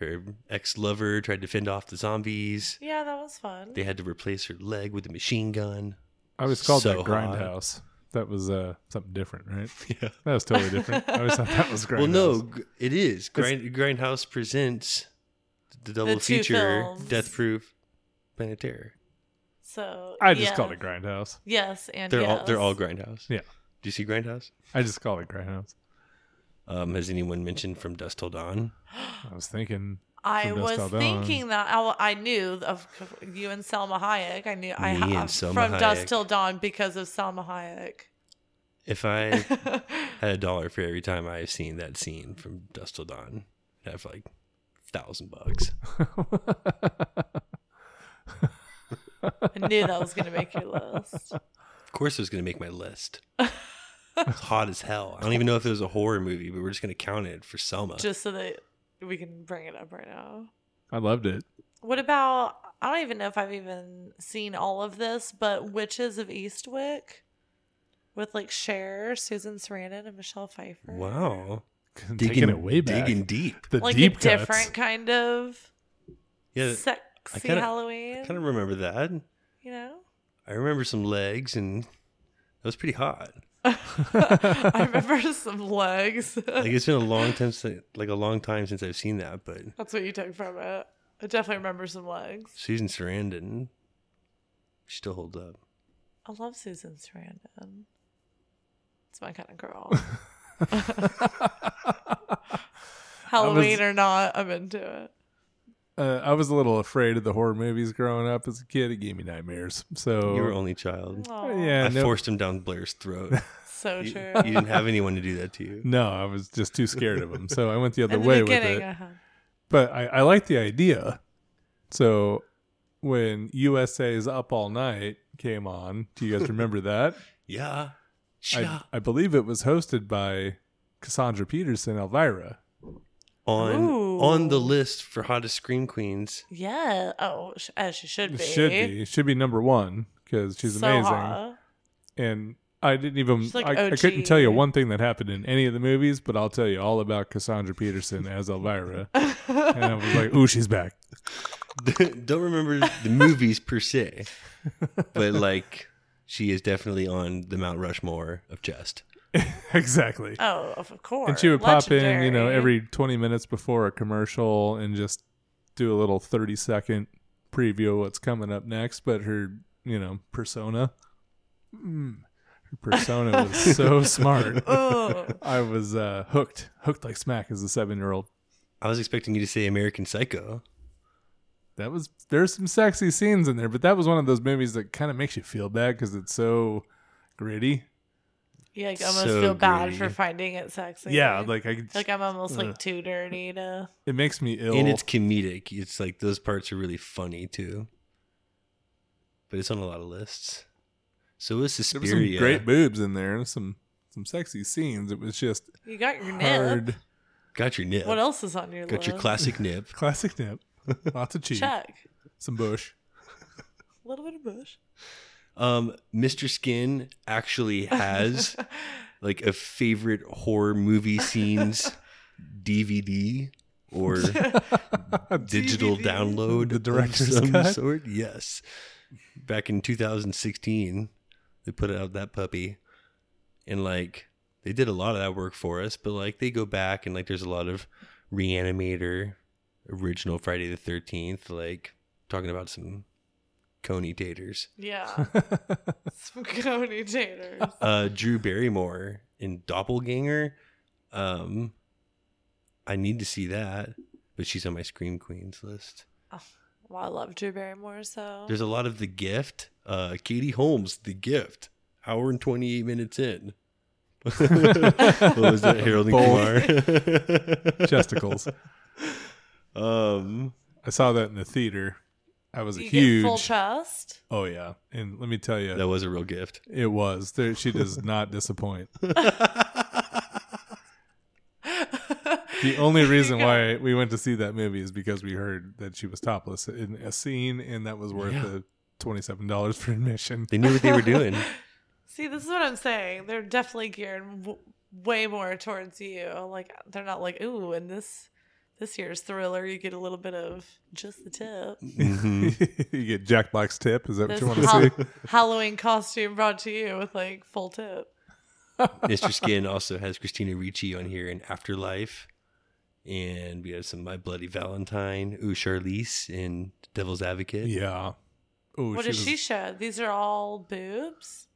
S3: Her ex-lover tried to fend off the zombies.
S4: Yeah, that was fun.
S3: They had to replace her leg with a machine gun.
S5: I was called
S3: So
S5: that
S3: hot.
S5: Grindhouse. That was uh something different, right?
S3: Yeah.
S5: That was totally different. I always thought that was Grindhouse.
S3: Well, no, g- it is. Grind, Grindhouse presents the double
S4: The two
S3: feature:
S4: films.
S3: Death Proof, Planet Terror.
S4: So
S5: I just
S4: yeah.
S5: called it Grindhouse.
S4: Yes, and
S3: They're all they're
S4: yes.
S3: all Grindhouse.
S5: Yeah.
S3: Do you see Grindhouse?
S5: I just called it Grindhouse.
S3: Um, has anyone mentioned from Dust Till Dawn?
S5: I was thinking
S4: I
S5: From Dusk
S4: was
S5: Till Dawn.
S4: thinking that oh, I, I knew of you and Selma Hayek. I knew I
S3: Me and
S4: have
S3: Selma
S4: from
S3: Hayek.
S4: Dust Till Dawn because of Selma Hayek.
S3: If I had a dollar for every time I've seen that scene from Dust Till Dawn, I'd have like thousand bucks.
S4: I knew that was going to make your list.
S3: Of course, it was going to make my list. It's hot as hell. I don't even know if it was a horror movie, but we're just going to count it for Selma.
S4: Just so that we can bring it up right now.
S5: I loved it.
S4: What about? I don't even know if I've even seen all of this, but Witches of Eastwick with like Cher, Susan Sarandon, and Michelle Pfeiffer.
S3: wow,
S5: Taking it way back.
S3: digging deep.
S5: the
S4: Like
S5: deep
S4: a
S5: cuts.
S4: different kind of
S3: Yeah,
S4: sexy
S3: kinda-
S4: Halloween.
S3: I kind of remember that.
S4: you know?
S3: I remember some legs, and that was pretty hot.
S4: I remember some legs.
S3: Like it's been a long time, since, like a long time since I've seen that. But
S4: That's what you took from it. I definitely remember some legs.
S3: Susan Sarandon, she still holds up.
S4: I love Susan Sarandon. It's my kind of girl. Halloween or not, I'm into it.
S5: Uh, I was a little afraid of the horror movies growing up as a kid. It gave me nightmares. So
S3: You were only child.
S4: Aw,
S5: yeah,
S3: I
S5: no,
S3: forced him down Blair's throat.
S4: So
S3: you,
S4: true.
S3: you didn't have anyone to do that to you.
S5: no, I was just too scared of them. So I went the other
S4: In the
S5: way with
S4: beginning, uh-huh.
S5: it.
S4: I had-
S5: but I, I like the idea. So when USA's Up All Night came on, do you guys remember that?
S3: Yeah.
S5: I, I believe it was hosted by Cassandra Peterson Elvira.
S3: on
S4: Ooh.
S3: on the list for hottest scream queens.
S4: yeah. Oh, sh- as she should
S5: It
S4: be.
S5: Should be. It Should be number one because she's
S4: So uh,
S5: amazing.
S4: hot.
S5: And I didn't even,
S4: She's like
S5: I, I
S4: OG.
S5: couldn't tell you one thing that happened in any of the movies, but I'll tell you all about Cassandra Peterson as Elvira. and I was like, ooh, she's back.
S3: Don't remember the movies per se, but like she is definitely on the Mount Rushmore of chest.
S5: exactly.
S4: Oh, of course.
S5: and she would pop in, you know,
S4: Legendary.
S5: every 20 minutes before a commercial and just do a little 30 second preview of what's coming up next. But her, you know, persona, mm, her persona was so smart.
S4: Hmm. Oh,
S5: I was uh, hooked, hooked like smack as a seven year old.
S3: I was expecting you to say American Psycho.
S5: That was there's some sexy scenes in there, but that was one of those movies that kind of makes you feel bad because it's so gritty.
S4: yeah. Like, almost
S3: So
S4: feel bad
S3: gritty.
S4: for finding it sexy.
S5: Yeah, like uh, I
S4: like I'm almost
S5: Ugh.
S4: like too dirty to.
S5: it makes me ill.
S3: And it's comedic. It's like those parts are really funny too. But it's on a lot of lists. So is
S5: there was some
S3: Suspiria.
S5: great boobs in there, and some some sexy scenes. It was just
S4: You got your nip.
S5: hard.
S3: Got your nip.
S4: What else is on your
S3: Got
S4: list?
S3: your classic nip.
S5: Classic nip. Lots of cheese.
S4: Check.
S5: Some bush.
S4: A little bit of bush.
S3: Um, Mr. Skin actually has like a favorite horror movie scenes DVD or digital
S5: DVD.
S3: download
S5: The
S3: of
S5: director's
S3: some
S5: cut?
S3: sort. Yes, back in 2016, they put out that puppy, and like they did a lot of that work for us. But like they go back and like there's a lot of Reanimator, original Friday the 13th, like talking about some coney taters.
S4: Yeah. Some coney taters.
S3: uh, Drew Barrymore in Doppelganger. Um, I need to see that, but she's on my Scream Queens list.
S4: Well, I love Drew Barrymore, so.
S3: There's a lot of The Gift. Uh, Katie Holmes, The Gift, hour and 28 minutes in. what was that, Harold and Kumar?
S5: Chesticles.
S3: um,
S5: I saw that in the theater. I was a
S4: you get full
S5: huge.
S4: chest.
S5: Oh yeah, and let me tell you,
S3: that was a real gift.
S5: it was. There, she does not disappoint. The only reason why we went to see that movie is because we heard that she was topless in a scene, and that was worth
S3: Yeah.
S5: the twenty-seven dollars for admission.
S3: They knew what they were doing.
S4: See, this is what I'm saying. They're definitely geared w- way more towards you. Like they're not like, ooh, in this this year's thriller, you get a little bit of just the tip.
S3: Mhm.
S5: you get Jack Black's tip. Is that
S4: This
S5: what you want to see?
S4: Hall- Halloween costume brought to you with like full tip.
S3: Mr. Skin also has Christina Ricci on here in Afterlife. And we have some My Bloody Valentine, Ooh Charlize in Devil's Advocate.
S5: Yeah,
S6: Oh,
S4: what does she show? These are all boobs.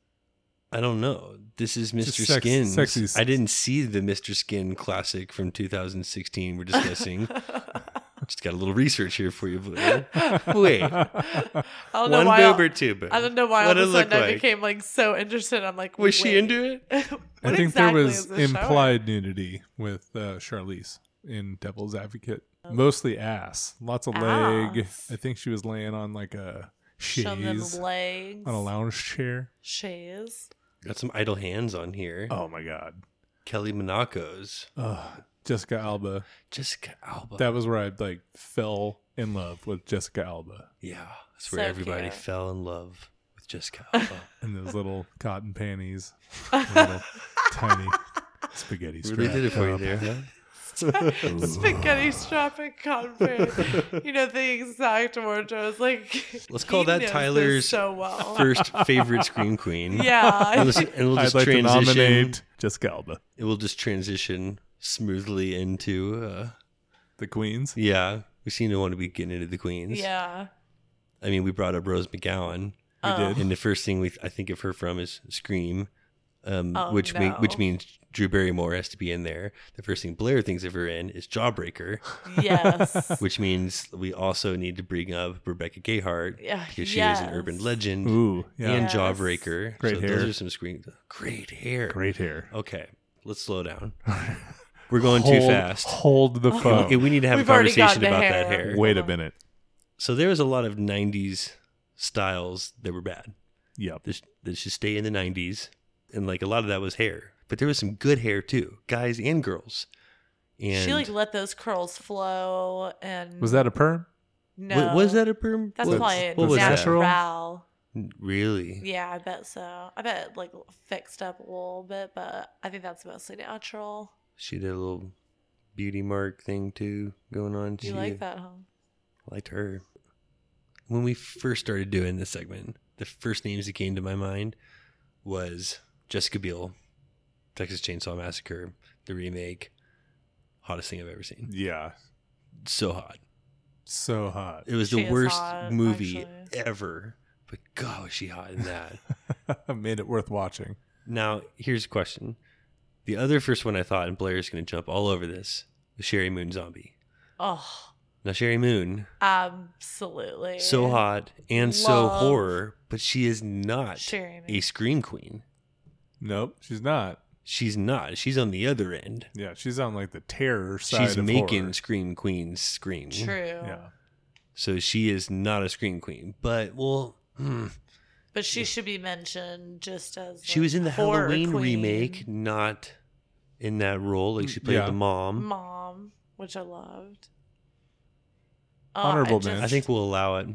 S3: I don't know. This is Mr.
S5: sex-
S3: Skin.
S5: sexy s-
S3: I didn't see the Mr. Skin classic from 2016 we're discussing. Just got a little research here for you. Blair. Wait,
S4: I don't know
S3: one
S4: why.
S3: boob
S4: all-
S3: or two boobs?
S4: I don't know why all
S3: What
S4: of
S3: it
S4: a
S3: look
S4: sudden I
S3: like?
S4: became like so interested. I'm like,
S3: Was she
S4: wait.
S3: into it?
S5: I
S4: What
S5: think
S4: exactly
S5: there
S4: is
S5: was
S4: this show?
S5: implied nudity with uh, Charlize in Devil's Advocate. Mostly ass, lots of leg.
S4: Oh. Ass.
S5: I think she was laying on like a
S4: Shove them
S5: chaise
S4: legs.
S5: on a lounge chair.
S4: Shays.
S3: Got some idle hands on here.
S5: Oh my god,
S3: Kelly Monaco's
S5: Ugh. Jessica Alba.
S3: Jessica Alba.
S5: That was where I like fell in love with Jessica Alba
S3: yeah, that's where
S4: So
S3: everybody
S4: cute.
S3: fell in love with Jessica Alba.
S5: and those little cotton panties, and little tiny spaghetti.
S3: really
S5: strap
S3: did it for you
S5: top.
S3: there. Yeah?
S4: Spaghetti strap and convert. you know the exact word. I was like,
S3: Let's call
S4: he
S3: that
S4: knows this
S3: Tyler's
S4: so well.
S3: First favorite scream queen.
S4: yeah.
S3: And let's- and we'll
S5: I'd
S3: just
S5: like to
S3: transition.
S5: nominate Jessica Alba,
S3: It will just transition smoothly into. Uh,
S5: the Queens.
S3: yeah, we seem to want to be getting into the queens.
S4: yeah.
S3: I mean, we brought up Rose McGowan,
S5: We
S4: Oh.
S5: did.
S3: and the first thing we I think of her from is Scream, um,
S4: Oh,
S3: which mean,
S4: no.
S3: which means Drew Barrymore has to be in there. The first thing Blair thinks of her in is Jawbreaker,
S4: Yes.
S3: which means we also need to bring up Rebecca Gayhart
S4: Yeah,
S3: because she is an urban
S4: yes.
S3: legend
S5: Ooh, yeah,
S3: and
S4: Yes.
S3: Jawbreaker.
S5: Great
S3: so
S5: hair.
S3: Those are some Scream. Great hair.
S5: great hair.
S3: Okay, let's slow down. We're going too
S5: Hold-
S3: fast.
S5: Hold the phone.
S3: Okay, we need to have
S4: We've
S3: a
S4: already
S3: conversation
S4: gotten to
S3: about
S4: hair.
S3: that hair.
S5: Wait a minute.
S3: So there was a lot of '90s styles that were bad.
S5: Yep.
S3: That sh- that should stay in the '90s, and like a lot of that was hair. But there was some good hair too, guys and girls. And
S4: she like let those curls flow and
S5: Was that a perm?
S4: no?
S3: wa- was that a perm?
S4: That's
S3: what,
S4: probably
S3: what was
S4: natural.
S3: that? Really?
S4: Yeah, I bet so. I bet like fixed up a little bit, but I think that's mostly natural.
S3: She did a little beauty mark thing too going on.
S4: You
S3: She-
S4: like that, huh?
S3: liked her. When we first started doing this segment, the first names that came to my mind was Jessica Biel, Texas Chainsaw Massacre, the remake, hottest thing I've ever seen.
S5: Yeah.
S3: So hot.
S5: So hot.
S3: It was
S4: She
S3: the
S4: is
S3: worst
S4: hot,
S3: movie
S4: actually.
S3: ever, but God, was she hot in that.
S5: Made it worth watching.
S3: now, here's a question. The other first one I thought, and Blair's going to jump all over this, was Sherry Moon Zombie.
S4: Oh,
S3: Now, Sherry Moon,
S4: absolutely.
S3: so hot and so
S4: Love.
S3: horror, but she is not
S4: Sherry Moon.
S3: a scream queen.
S5: Nope, she's not.
S3: She's not. She's on the other end.
S5: Yeah, she's on like the terror side.
S3: She's
S5: of
S3: making
S5: horror.
S3: scream queens scream.
S4: True.
S5: Yeah.
S3: So she is not a scream queen. But well, hmm.
S4: But she should be mentioned just as
S3: she
S4: like,
S3: was in the
S4: horror
S3: Halloween
S4: queen.
S3: remake, not in that role. Like she played
S5: Yeah.
S3: the mom.
S4: Mom, which I loved. Oh,
S5: Honorable
S4: I just-
S5: mention.
S3: I think we'll allow it.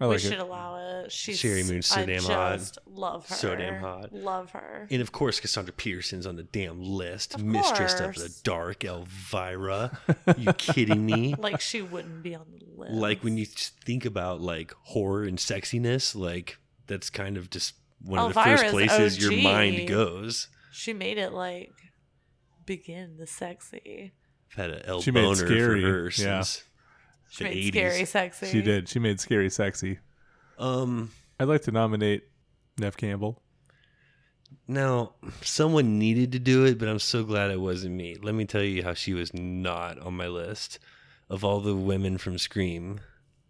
S5: I like
S4: we should
S5: it.
S4: allow it. She's
S3: Sherry Moon's so
S4: I
S3: damn hot.
S4: just Love her.
S3: So damn hot.
S4: Love her.
S3: And of course, Cassandra Peterson's on the damn list.
S4: Of
S3: Mistress of the
S4: course.
S3: Dark, Elvira. you kidding me?
S4: like she wouldn't be on the list.
S3: like when you just think about like horror and sexiness, like that's kind of just one of the first
S4: Elvira's
S3: places your
S4: OG.
S3: mind goes.
S4: she made it like begin the sexy.
S3: I've had an El
S5: She made
S3: boner
S5: Scary,
S3: for her
S5: yeah.
S3: since
S4: She
S3: the
S4: made
S3: 80s.
S4: scary sexy.
S5: She did. She made scary sexy.
S3: Um,
S5: I'd like to nominate Nev Campbell.
S3: now someone needed to do it, but I'm so glad it wasn't me. Let me tell you how she was not on my list. Of all the women from Scream,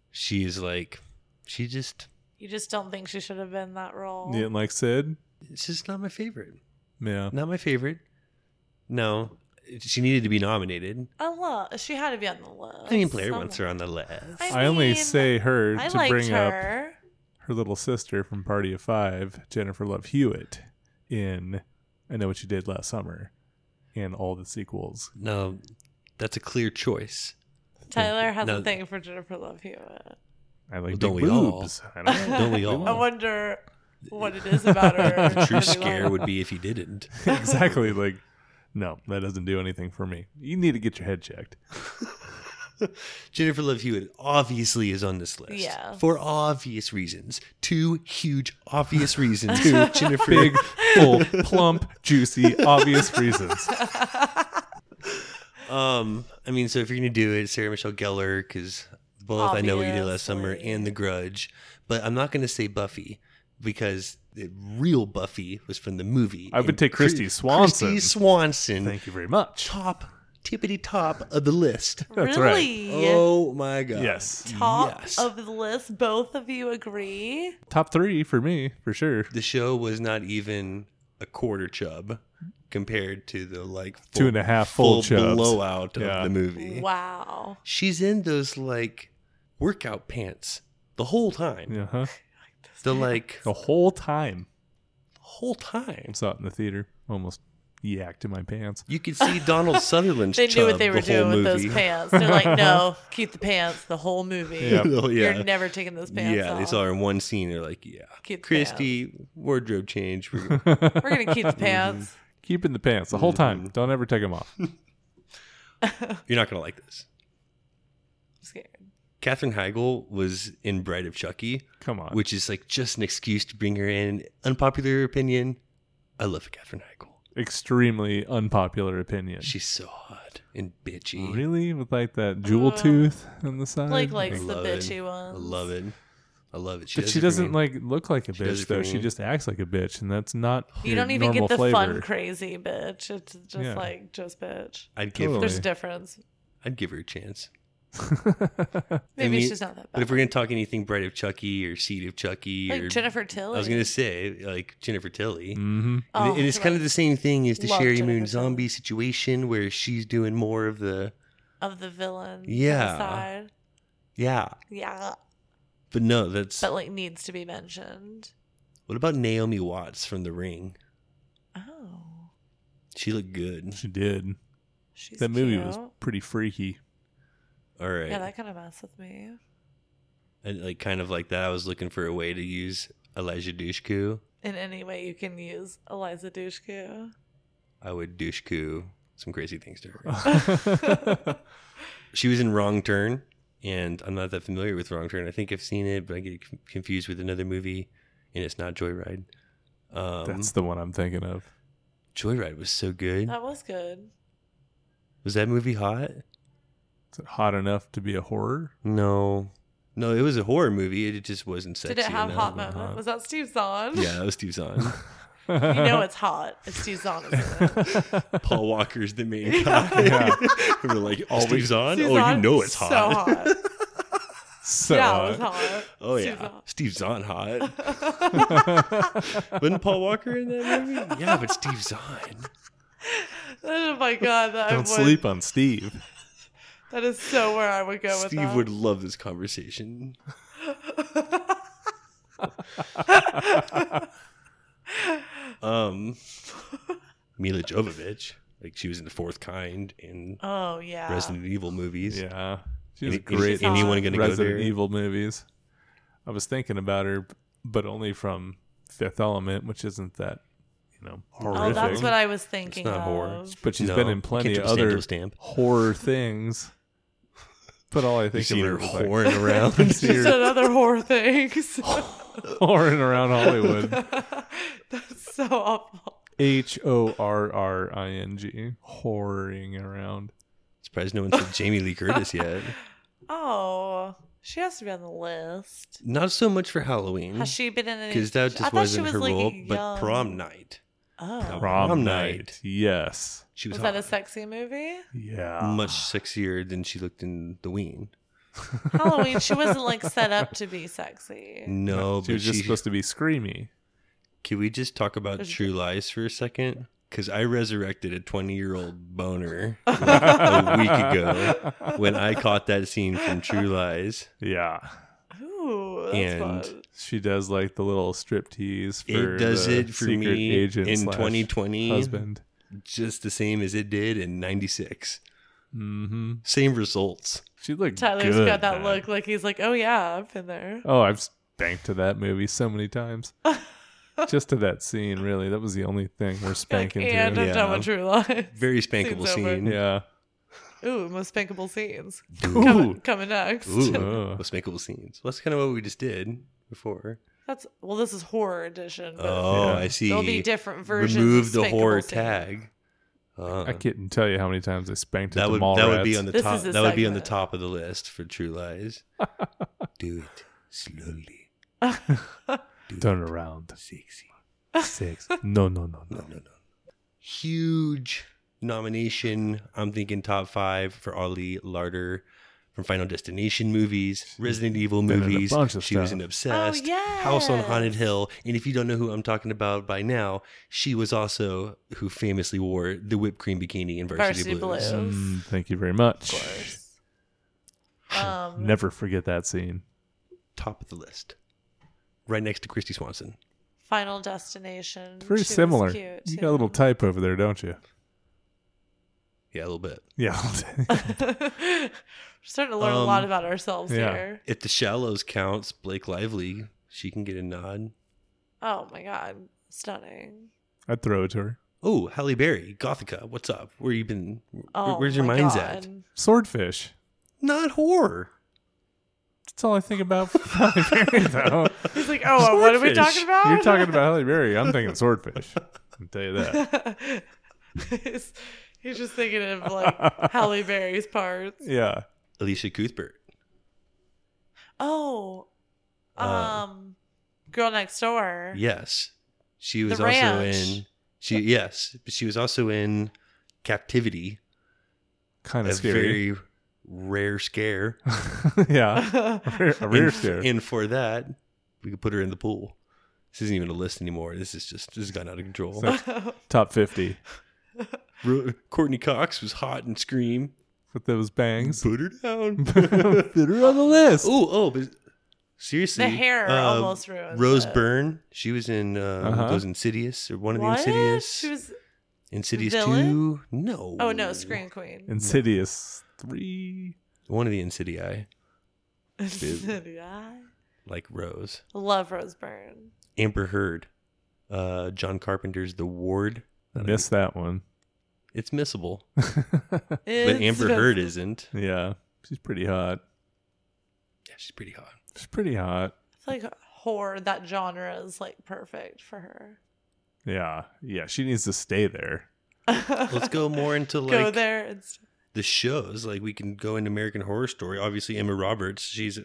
S3: she is like, she just,
S4: You just don't think she should have been that role.
S5: You didn't like Sid?
S3: it's just not my favorite.
S5: Yeah.
S3: Not my favorite. No, she needed to be nominated.
S4: I love. She had to be on the
S3: I
S4: list.
S3: mean, Blair
S4: Some-
S3: wants her on the list.
S4: I
S5: I, only
S4: mean,
S5: say her
S4: I
S5: to
S4: liked
S5: bring up
S4: her.
S5: her little sister from Party of Five, Jennifer Love Hewitt, in I Know What You Did Last Summer and all the sequels.
S3: No, that's a clear choice.
S4: Tyler has
S3: No.
S4: a thing for Jennifer Love Hewitt.
S5: I like
S3: Well,
S5: big
S3: don't we all?
S5: boobs. I don't know.
S3: Don't we
S4: I
S3: all?
S4: wonder what it is about her.
S3: The true
S4: that we
S3: scare
S4: love.
S3: would be if he didn't.
S5: exactly. Like, no, that doesn't do anything for me. You need to get your head checked.
S3: Jennifer Love Hewitt obviously is on this list.
S4: Yeah.
S3: For obvious reasons. Two huge obvious reasons. Two Jennifer
S5: Big, full, plump, juicy, obvious reasons.
S3: Um I mean so if you're going to do it Sarah Michelle Gellar cuz both I know what you did last summer
S4: Obviously.
S3: and The Grudge, but I'm not going to say Buffy because the real Buffy was from the movie.
S5: I would
S3: And
S5: take
S3: Cri-
S5: Christy Swanson.
S3: Christy Swanson,
S5: Thank you very much.
S3: top tippity top of the list.
S5: That's right.
S4: really?
S3: Oh my god!
S5: Yes.
S4: Top
S3: Yes.
S4: of the list. Both of you agree.
S5: Top three for me, for sure.
S3: the show was not even a quarter chub compared to the like full,
S5: Two and a half full chubs.
S3: blowout
S5: Yeah.
S3: of the movie.
S4: Wow.
S3: She's in those like workout pants the whole time.
S5: Uh huh.
S3: The like
S5: The whole time
S3: whole time.
S5: I saw it in the theater, almost yacked in my pants.
S3: You could see Donald Sutherland's
S4: They
S3: chub
S4: knew what they
S3: uh, the
S4: were
S3: whole
S4: doing with
S3: movie.
S4: those pants. They're like, no, keep the pants the whole movie.
S5: Yeah.
S3: Oh, yeah.
S4: You're never taking those pants
S3: yeah,
S4: off.
S3: they saw her in one scene. They're like, yeah,
S4: Keep the
S3: Christy wardrobe change. We're gonna-
S4: We're gonna keep the
S3: Mm-hmm.
S4: pants.
S5: Keep in the pants the whole time. Don't ever take them off.
S3: You're not gonna like this.
S4: I'm scared.
S3: Katherine Heigl was in Bride of Chucky,
S5: Come on.
S3: which is like just an excuse to bring her in. Unpopular opinion. I love Katherine Heigl.
S5: Extremely unpopular opinion.
S3: She's so hot and bitchy.
S5: Really? With like that jewel
S4: Uh,
S5: tooth on the side?
S4: Blake likes
S3: I
S4: the
S3: love it.
S4: bitchy
S3: I
S4: ones.
S3: love it. I love it.
S5: but
S3: does
S5: she
S3: it for
S5: doesn't
S3: me.
S5: like look like a
S3: She does
S5: bitch
S3: it for
S5: though. She
S3: me.
S5: just acts like a bitch, and that's not
S4: You
S5: your
S4: don't even
S5: normal
S4: get the
S5: flavor.
S4: fun crazy bitch. It's just
S5: Yeah.
S4: like just bitch.
S3: I'd give.
S5: Totally.
S4: There's a difference.
S3: I'd give her a chance.
S4: Maybe
S3: mean,
S4: she's not that
S3: But if
S4: bad.
S3: we're gonna talk anything Bride of Chucky or Seed of Chucky or
S4: Like Jennifer
S3: I
S4: Tilly.
S3: was gonna say like Jennifer Tilly.
S5: hmm
S3: And-
S4: Oh,
S3: and it's kind of the same thing as the
S4: Love
S3: Sherry
S4: Jennifer
S3: Moon
S4: Tilly.
S3: zombie situation where she's doing more of the
S4: of the villain. kinda
S3: Yeah.
S4: Side.
S3: yeah.
S4: Yeah.
S3: But no, that's
S4: But like needs to be mentioned.
S3: what about Naomi Watts from The Ring?
S4: Oh.
S3: She looked good.
S5: She did.
S4: She's
S5: that movie
S4: cute.
S5: was pretty freaky.
S3: All right.
S4: Yeah, that kind of messed with me.
S3: and like kind of like that, I was looking for a way to use Elijah Dushku.
S4: In any way you can use Eliza Dushku.
S3: I would Dushku some crazy things to her.
S5: Um, I
S3: She was in Wrong Turn, and I'm not that familiar with Wrong Turn. I think I've seen it, but I get c- confused with another movie, and it's not Joyride. Um,
S5: That's the one I'm thinking of.
S3: Joyride was so good.
S4: That was good.
S3: Was that movie hot?
S5: Is it hot enough to be a horror?
S3: No, no, it was a horror movie. It just wasn't sexy.
S4: Did it have
S3: enough. Uh-huh.
S4: hot moment? Was that Steve Zahn?
S3: Yeah, that was Steve Zahn.
S4: You know it's hot. It's Steve Zahn. Isn't it?
S3: Paul Walker's the main guy. We're like, always Steve Zahn?
S4: Steve
S3: oh, you
S4: Zahn,
S3: know it's
S4: so
S3: hot.
S4: hot.
S5: So uh,
S4: yeah, it was
S5: hot.
S4: hot.
S3: Oh
S4: Steve
S3: yeah, Steve Zahn hot. Wasn't Paul Walker in that movie? Yeah, but Steve Zahn.
S4: Zahn. Oh my god, that
S5: Don't
S4: would,
S5: sleep on Steve.
S4: That is so where I would go with
S3: Steve
S4: that.
S3: would love this conversation. um, Mila Jovovich, like she was in the Fourth Kind and
S4: Oh yeah.
S3: Resident Evil movies.
S5: Yeah, she's
S3: Any-
S5: great.
S4: any-
S3: anyone gonna go there?
S5: Resident Evil movies. I was thinking about her, but only from Fifth Element, which isn't that you know
S4: oh,
S5: horrific.
S4: that's what I was thinking
S3: not
S4: of.
S3: horror.
S5: but she's
S3: No,
S5: been in plenty
S3: can't
S5: of
S3: do a
S5: other
S3: Santos stamp.
S5: horror things. But all I
S3: You
S5: think of
S3: seen her
S5: her was like,
S3: whoring around.
S5: see
S4: Just
S5: her
S4: another horror thing.
S5: whoring around Hollywood.
S4: that's so awful.
S5: H O R R I N G, whoring around.
S3: Surprised no one said Jamie Lee Curtis yet.
S4: Oh, she has to be on the list.
S3: Not so much for Halloween
S4: Has she been in any?
S3: Mm-hmm. because that
S4: I thought
S3: just
S4: she
S3: wasn't
S4: was,
S3: her
S4: like,
S3: role, but
S4: young.
S3: prom night.
S4: Oh,
S3: Prom night.
S5: Yes.
S3: She was,
S4: was that a ah.
S3: hot.
S4: sexy movie?
S5: Yeah.
S3: much sexier than she looked in The Ween.
S4: Halloween. She wasn't like set up to be sexy.
S3: No,
S5: she
S3: but
S5: was just
S3: she-
S5: supposed to be screamy.
S3: Can we just talk about
S4: There's-
S3: True Lies for a second? Because I resurrected a 20 year old boner a week ago when I caught that scene from True Lies.
S5: Yeah.
S4: Ooh, that's
S3: And
S4: fun.
S5: She does like the little strip tease for
S3: It does
S5: the
S3: it for
S5: secret
S3: me
S5: agent
S3: in
S5: slash
S3: 2020,
S5: husband.
S3: just the same as it did in 96.
S5: Mm-hmm.
S3: Same results.
S5: She looked
S4: Tyler's
S5: good,
S4: got
S5: man.
S4: that look like he's like, oh yeah, I've been there.
S5: Oh, I've spanked to that movie so many times. Just to that scene, really. That was the only thing we're
S4: Like,
S5: spanking
S4: and
S5: to.
S4: I'm done with True Lies.
S3: Very spankable
S4: Scene's over.
S3: scene.
S5: Yeah.
S4: Ooh, most spankable scenes
S5: Ooh.
S4: coming next.
S3: Ooh,
S5: Ugh.
S3: most makeable scenes. Well, that's kind of what we just did before.
S4: That's well, this is horror edition. But
S3: Oh,
S5: Yeah.
S3: I see.
S4: There'll be different versions.
S3: Remove
S4: of
S3: the
S4: spankable
S3: horror
S4: scenes.
S3: tag. Uh,
S5: I couldn't tell you how many times I spanked
S3: that
S5: at
S3: would
S5: the mall
S3: that
S5: rats.
S3: would be on the
S4: This
S3: top.
S4: is a
S3: That would be on the
S4: segment.
S3: top of the list for True Lies. Do it slowly. Do
S5: Turn
S3: it
S5: around.
S3: sexy.
S4: Oh,
S5: Six. No, no, no,
S3: No,
S5: no.
S3: no, no. Huge nomination. I'm thinking top five for Ali Larter from Final Destination movies, Resident Evil
S5: been in a
S3: movies.
S5: bunch of
S3: she was
S5: stuff.
S3: in Obsessed,
S4: Oh, yes.
S3: House on Haunted Hill. And if you don't know who I'm talking about by now, she was also who famously wore the whipped cream bikini in Varsity,
S4: Varsity
S3: Blues.
S4: Blues.
S5: Mm, thank you very
S4: Of
S5: much.
S4: course. Um,
S5: Never forget that scene.
S3: Top of the list. Right next to Christy Swanson.
S4: Final Destination.
S5: Very
S4: She was
S5: similar.
S4: cute,
S5: you
S4: too.
S5: got a little type over there, don't you?
S3: Yeah, a little bit.
S5: Yeah.
S4: We're starting to learn a
S3: Um,
S4: lot about ourselves
S5: yeah.
S4: here.
S3: If the shallows counts, Blake Lively, she can get a nod.
S4: Oh my god, stunning!
S5: I'd throw it to her.
S3: Oh, Halle Berry, Gothica, what's up? Where you been? wh-
S4: Oh,
S3: where's your
S4: my
S3: mind's at?
S4: god.
S5: Swordfish.
S3: Not horror.
S5: That's all I think about. for Halle Berry, though.
S4: He's like, oh, what are we
S5: Swordfish.
S4: talking about?
S5: You're talking about Halle Berry. I'm thinking swordfish. I'll tell you that.
S4: he's, he's just thinking of like Halle Berry's parts.
S5: Yeah.
S3: Alicia Cuthbert.
S4: Oh,
S3: Um,
S4: um, Girl Next Door.
S3: Yes, she was
S4: The
S3: also
S4: Ranch.
S3: in. She yes, but she was also in Captivity.
S5: Kind
S3: a
S5: of scary.
S3: very rare scare.
S5: yeah. A rear, a rear
S3: and,
S5: scare.
S3: and for that, we could put her in the pool. This isn't even a list anymore. This is just this has gotten out of control.
S5: So- Top 50
S3: Ro- Courtney Cox was hot and scream.
S5: with those bangs.
S3: Put her down.
S5: Put her on the list.
S3: Oh, oh, but seriously,
S4: the hair
S3: uh,
S4: almost ruined.
S3: Rose
S4: it.
S3: Byrne, she was in um,
S5: Uh-huh.
S3: those Insidious or one of
S4: What?
S3: the Insidious.
S4: She was.
S3: Insidious
S4: Villain?
S3: two? No.
S4: Oh no, Scream Queen.
S5: Insidious 3.
S3: One of the Insidii,
S4: yeah.
S3: like Rose,
S4: Love Rose Byrne.
S3: Amber Heard, uh, John Carpenter's The Ward.
S5: Missed that one.
S3: It's missable, but
S4: It's
S3: Amber
S4: just-
S3: Heard isn't.
S5: yeah. She's pretty hot.
S3: Yeah, she's pretty hot.
S5: She's pretty hot.
S4: It's like horror. That genre is like perfect for her.
S5: Yeah. Yeah. She needs to stay there.
S3: Let's go more into like
S4: Go there. It's,
S3: the shows. Like we can go into American Horror Story. Obviously, Emma Roberts, she's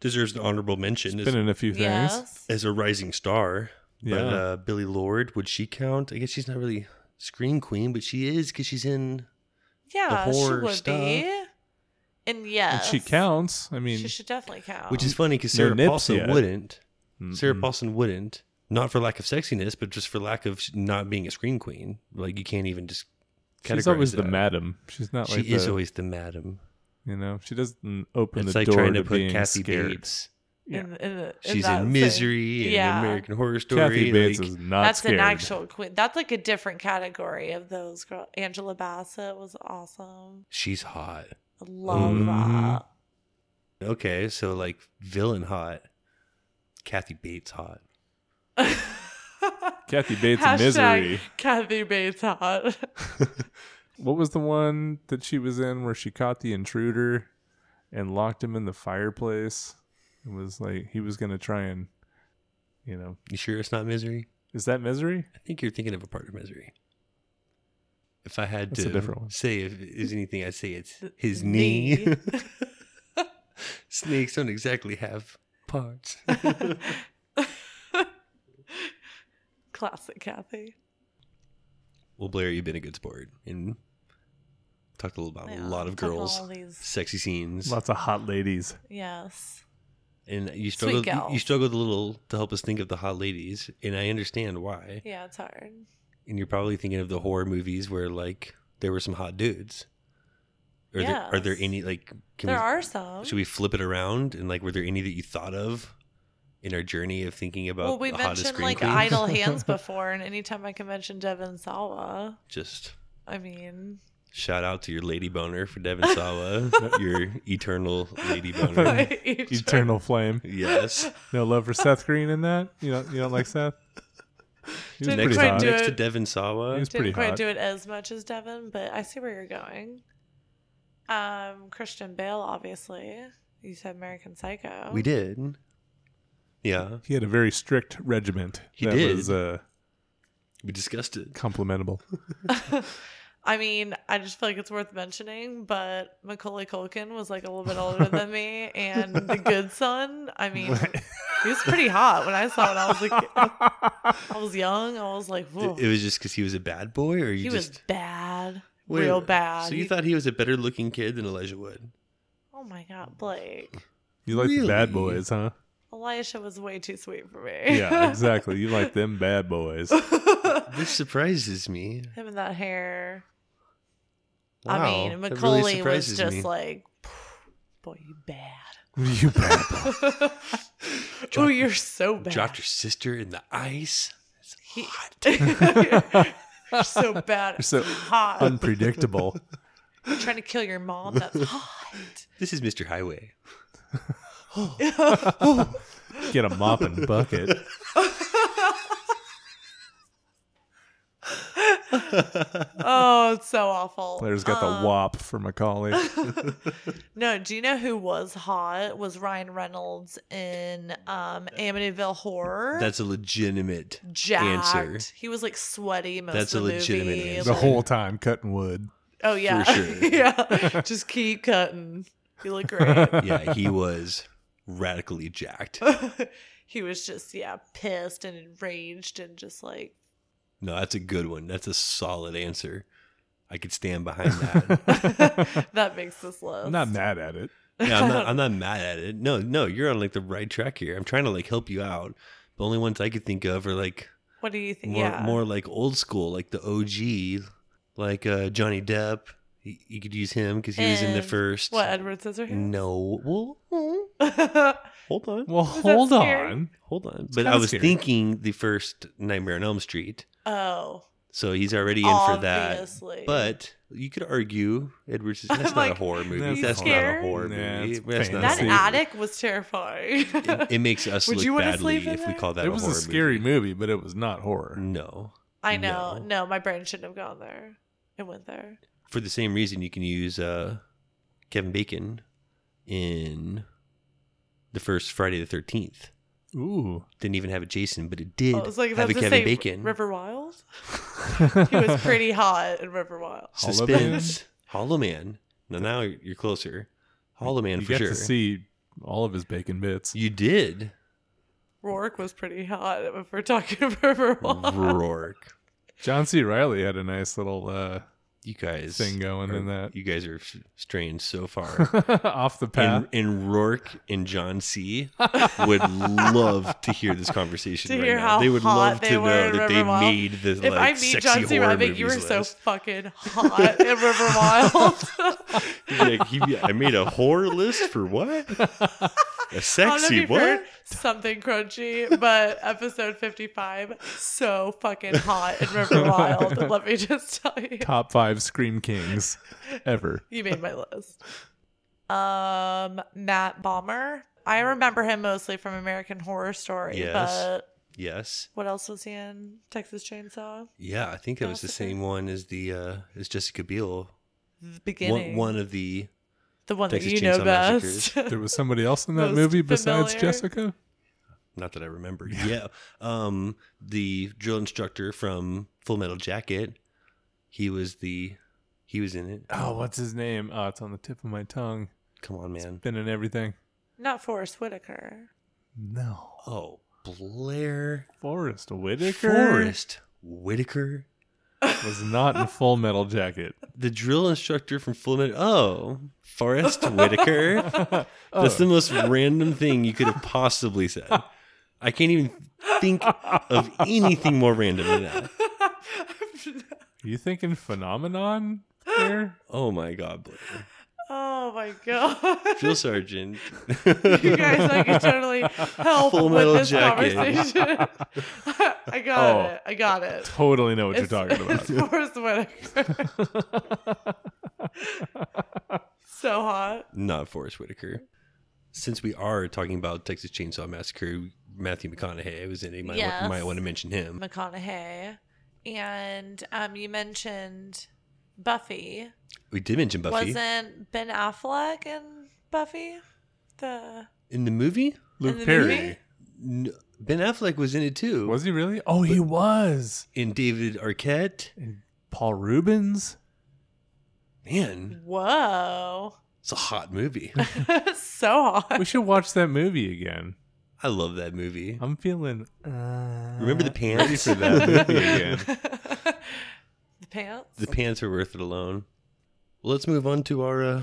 S3: deserves an honorable mention
S5: She's
S3: as,
S5: been in a few things.
S4: yes.
S3: as a rising star.
S5: Yeah.
S3: But uh, Billy Lord, would she count? I guess she's not really screen queen, but she is because she's in
S4: Yeah, she
S3: horror
S4: would
S3: stuff.
S4: be. And
S5: And
S4: yes,
S5: she counts. I mean,
S4: she should definitely count.
S3: Which is funny because
S5: No
S3: Sarah
S5: nips
S3: Paulson
S5: yet.
S3: wouldn't. Sarah
S5: mm-mm.
S3: Paulson wouldn't. Not for lack of sexiness, but just for lack of sh- not being a screen queen. Like you can't even just.
S5: she's
S3: categorize
S5: always the
S3: that.
S5: madam. She's not
S3: She
S5: like
S3: is
S5: the-
S3: always the madam.
S5: You know, she doesn't open
S3: It's
S5: the
S3: like
S5: door
S3: trying
S5: to,
S3: to, put
S5: being
S3: Kathy
S5: scared.
S3: Bates.
S4: in, in, in
S3: She's
S4: that
S3: in
S4: thing.
S3: Misery and
S4: Yeah.
S3: American Horror Story.
S5: Kathy Bates
S3: like-
S5: is not
S4: That's
S5: scared.
S4: an actual queen. That's like a different category of those girls. Angela Bassett was awesome.
S3: she's hot.
S4: I love
S3: Mm.
S5: Mhm.
S4: that.
S3: Okay, so like villain hot. Kathy Bates hot.
S5: Kathy Bates in
S4: Hashtag
S5: Misery.
S4: Kathy Bates hot.
S5: What was the one that she was in where she caught the intruder and locked him in the fireplace? It was like he was going to try and, you know,
S3: You sure it's not Misery?
S5: is that misery?
S3: I think you're thinking of a part of Misery. If I had
S5: That's a
S3: to
S5: different one.
S3: say if there's anything, I'd say it's his knee.
S4: knee.
S3: Snakes don't exactly have parts.
S4: Classic Kathy.
S3: well, Blair, you've been a good sport and talked a little about a
S4: Yeah,
S3: lot of
S4: talking
S3: girls,
S4: all these-
S3: sexy scenes,
S5: Lots of hot ladies.
S4: Yes.
S3: and you struggled. You,
S4: gal.
S3: you struggled a little to help us think of the hot ladies, and I understand why.
S4: Yeah, it's hard.
S3: And you're probably thinking of the horror movies where like there were some hot dudes. Are there are there
S4: Yes.
S3: any like? Can
S4: there
S3: we,
S4: are some.
S3: Should we flip it around and like, were there any that you thought of in our journey of thinking about
S4: well, we
S3: the hottest
S4: mentioned
S3: screen
S4: like
S3: queens?
S4: idle hands before, and anytime I can mention Devin Sawa,
S3: Just
S4: I mean,
S3: shout out to your lady boner for Devin Sawa, your eternal lady boner.
S5: Eternal flame.
S3: yes,
S5: No love for Seth Green in that? You don't, you don't like Seth? He was
S4: Didn't
S5: pretty
S4: quite
S5: hot.
S4: do
S3: next to
S4: it.
S3: Devin Sawa.
S5: He was pretty
S4: didn't quite
S5: hot.
S4: do it as much as Devin, but I see where you're going. Um, Christian Bale, obviously. You said American Psycho.
S3: We did. Yeah,
S5: He had a very strict regiment.
S3: He
S5: that
S3: did.
S5: was uh,
S3: we discussed it.
S5: complimentable.
S4: I mean, I just feel like it's worth mentioning, but Macaulay Culkin was like a little bit older than me, and The Good Son. I mean, he was pretty hot when I saw it. I was like, I was young. I was like, whoa.
S3: It, it was just because he was a bad boy, or you
S4: he
S3: just
S4: was bad,
S3: Wait a
S4: real
S3: minute.
S4: bad.
S3: So you
S4: He-
S3: thought he was a better looking kid than Elijah Wood?
S4: oh my god, Blake.
S7: You like the bad
S3: Really?
S7: boys, huh?
S4: Elisha was way too sweet for me.
S7: Yeah, exactly. You like them bad boys.
S3: This surprises me.
S4: Him and that hair.
S3: Wow,
S4: I
S3: that
S4: mean,
S3: really
S4: Macaulay was
S3: surprises
S4: just
S3: me.
S4: like, boy, you bad.
S7: you bad boy.
S4: oh, you're so bad.
S3: dropped your sister in the ice. It's
S4: He-
S3: hot.
S4: you're so bad.
S7: so
S4: hot.
S7: Unpredictable.
S4: You're trying to kill your mom. That's hot.
S3: This is Mr. Highway.
S7: Get a mop and bucket.
S4: Oh, it's so awful.
S7: Claire's got
S4: Um,
S7: the wop for Macaulay.
S4: No, do you know who was hot? Was Ryan Reynolds in um, Amityville Horror?
S3: That's a legitimate
S4: jacked.
S3: answer.
S4: He was like sweaty most
S3: That's
S4: of
S3: a
S4: the
S3: legitimate
S4: movie.
S3: answer.
S7: The
S4: Like-
S7: whole time cutting wood.
S4: oh yeah,
S3: sure.
S4: yeah. Just keep cutting. You look great.
S3: Yeah, he was radically jacked.
S4: he was just yeah pissed and enraged and just like
S3: No, that's a good one. That's a solid answer. I could stand behind that.
S4: that makes this list.
S7: I'm not mad at it.
S3: yeah, I'm not, I'm not mad at it. No, no, you're on like the right track here. I'm trying to like help you out. The only ones I could think of are like
S4: What do you think?
S3: more,
S4: yeah,
S3: more like old school, like the OG, like uh, Johnny Depp. You, you could use him because he was in the
S4: And
S3: first.
S4: what Edward Scissorhands?
S3: No, well, mm,
S4: No.
S3: hold on,
S7: Well,
S4: that
S7: hold
S4: scary?
S7: on.
S3: hold on. But I
S7: kinda
S3: was
S7: scary.
S3: thinking the first Nightmare on Elm Street,
S4: oh,
S3: so he's already in for that.
S4: obviously.
S3: But you could argue Edward. Scissorhands- That's not
S4: like,
S3: a horror
S7: that's
S3: movie. That's not a
S4: scary?
S3: horror
S7: Nah,
S3: movie.
S7: it's
S3: That's not
S4: that
S7: fantasy.
S3: a
S4: attic was terrifying.
S3: it, it makes us
S4: Would
S3: look
S4: you wanna
S3: badly
S4: sleep in
S3: if we
S4: there?
S3: call that
S7: It
S3: a
S7: was a
S3: horror Mm.
S7: scary movie, but it was not horror.
S3: No,
S4: I know.
S3: No.
S4: No. my brain shouldn't have gone there. It went there.
S3: for the same reason you can use uh, Kevin Bacon in the first Friday the Thirteenth.
S7: Ooh.
S3: Didn't even have a Jason, but it did
S4: I was Oh, like,
S3: have
S4: about
S3: a
S4: to
S3: Kevin
S4: say
S3: Bacon.
S4: River Wild. He was pretty hot in River Wild.
S7: Hollow Man?
S3: Suspense, Hollow Man. Now, now you're closer. Hollow Man
S7: you
S3: for
S7: got
S3: sure.
S7: to see all of his bacon bits.
S3: you did,
S4: Rourke was pretty hot if we're talking River Wild.
S3: Rourke.
S7: John C. Riley had a nice little uh,
S3: You guys
S7: thing going in
S3: are-
S7: that.
S3: You guys are s- straying so far.
S7: off the path.
S3: and, and Rourke and John C would love to hear this conversation
S4: To
S3: right
S4: hear
S3: now.
S4: how
S3: they would
S4: hot
S3: love
S4: they
S3: to
S4: were
S3: know
S4: in
S3: that they
S4: River Wild.
S3: made the
S4: if
S3: like
S4: I meet
S3: sexy
S4: John C.
S3: horror
S4: Rabbit, you were
S3: movies
S4: so
S3: list.
S4: fucking hot in River Wild.
S3: He'd be like, he'd be- I made a horror list for what? A sexy
S4: Honestly,
S3: what?
S4: for Something crunchy, but episode 55, so fucking hot in River Wild. Let me just tell you.
S7: Top five Scream Kings ever.
S4: You made my list. Um, Matt Bomber. I remember him mostly from American Horror Story,
S3: Yes.
S4: but
S3: Yes.
S4: what else was he in? Texas Chainsaw.
S3: Yeah, I think that was the
S4: Gossip Girl.
S3: same one as the uh as Jessica Biel.
S4: The
S3: One,
S4: beginning.
S3: one of the
S4: the one
S3: Texas
S4: that you know
S3: Chainsaw
S4: best.
S7: There was somebody else in that
S4: Most
S7: movie besides
S4: familiar.
S7: Jessica?
S3: not that I remember. Yeah. Um the drill instructor from Full Metal Jacket. He was the he was in it.
S7: Oh, what's his name? Oh, it's on the tip of my tongue.
S3: Come on, man.
S7: Been in everything.
S4: Not Forrest Whitaker.
S7: No.
S3: Oh, Blair
S7: Forrest Whitaker
S3: Forrest Whitaker,
S7: was not in Full Metal Jacket.
S3: the drill instructor from Full Metal. Oh, Forrest Whitaker.
S7: Oh,
S3: That's the most random thing you could have possibly said. I can't even think of anything more random than that.
S7: you thinking Phenomenon there?
S3: Oh my God, Blair.
S4: Oh my god.
S3: Drill sergeant.
S4: You guys, I could totally help
S3: Full
S4: with
S3: Metal
S4: this
S3: Jacket.
S4: conversation. I got
S7: Oh.
S4: it. I got it.
S7: Totally know what
S4: It's-
S7: you're talking about.
S4: It's Forrest Whitaker. so hot.
S3: Not Forrest Whitaker. Since we are talking about Texas Chainsaw Massacre, Matthew McConaughey was in it. You might,
S4: Yes.
S3: might want to mention him.
S4: McConaughey. And um, you mentioned Buffy.
S3: We did mention Buffy.
S4: Wasn't Ben Affleck in Buffy? The
S3: in the movie,
S7: Luke
S4: the
S7: Perry.
S4: movie?
S3: N- Ben Affleck was in it too.
S7: Was he really? Oh, he was.
S3: in David Arquette.
S7: Paul Rubens?
S3: Man,
S4: Whoa.
S3: it's a hot movie.
S4: so hot.
S7: We should watch that movie again.
S3: I love that movie.
S7: I'm feeling. Uh,
S3: Remember
S7: ready
S3: the pants?
S7: for that movie again.
S4: the pants?
S3: The pants are worth it alone. Well, let's move on to our uh,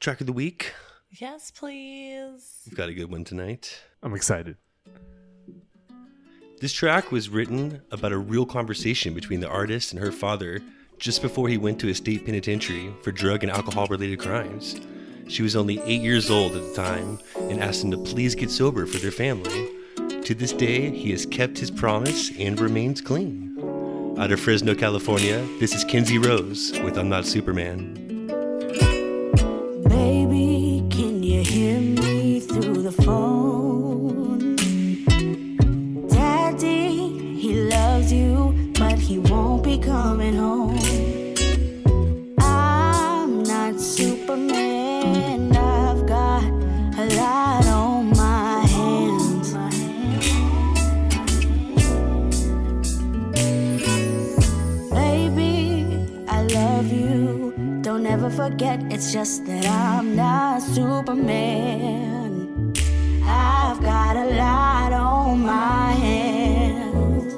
S3: track of the week.
S4: yes, please.
S3: We've got a good one tonight.
S7: I'm excited.
S3: This track was written about a real conversation between the artist and her father just before he went to a state penitentiary for drug and alcohol related crimes. She was only eight years old at the time and asked him to please get sober for their family. To this day, he has kept his promise and remains clean. Out of Fresno, California, this is Kinsey Rose with I'm Not Superman.
S8: Baby, can you hear me through the phone? Daddy, he loves you, but he won't be coming home. I'm not Superman, I've got a lot on my hands. Baby, I love you. Don't ever forget, it's just that I'm not Superman. I've got a lot on my hands.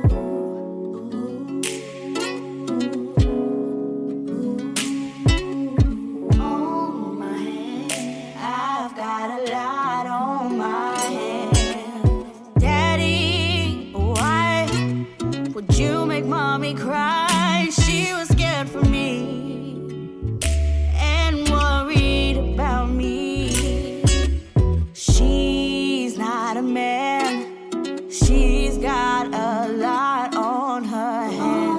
S8: On my hands. I've got a lot on my hands. Daddy, why? Would you make mommy cry? She was scared for me and worried about me. She's not a man, she's got a lot on her hands.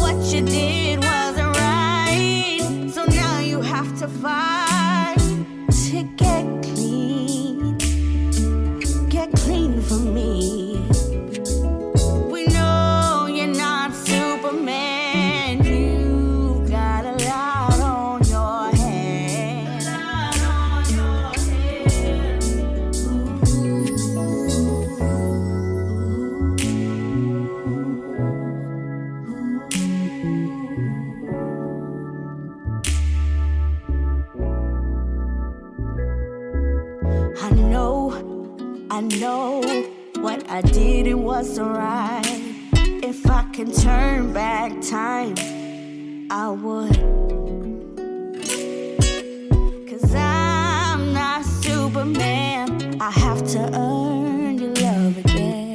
S8: What you did wasn't right, so now you have to fight to get clean get clean for me. We know you're not Superman. You've got a lot on your hands. I know, I know what I did, it wasn't right. If I can turn back time, I would. Cause I'm not Superman, I have to earn your love again.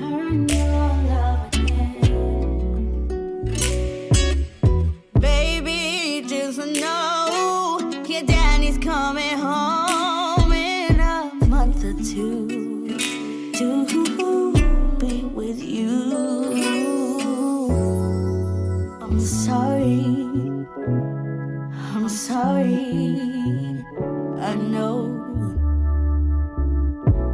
S8: Earn your love again. Baby, just know your daddy's coming home in a month or two to be with you. I'm sorry, I'm sorry. I know,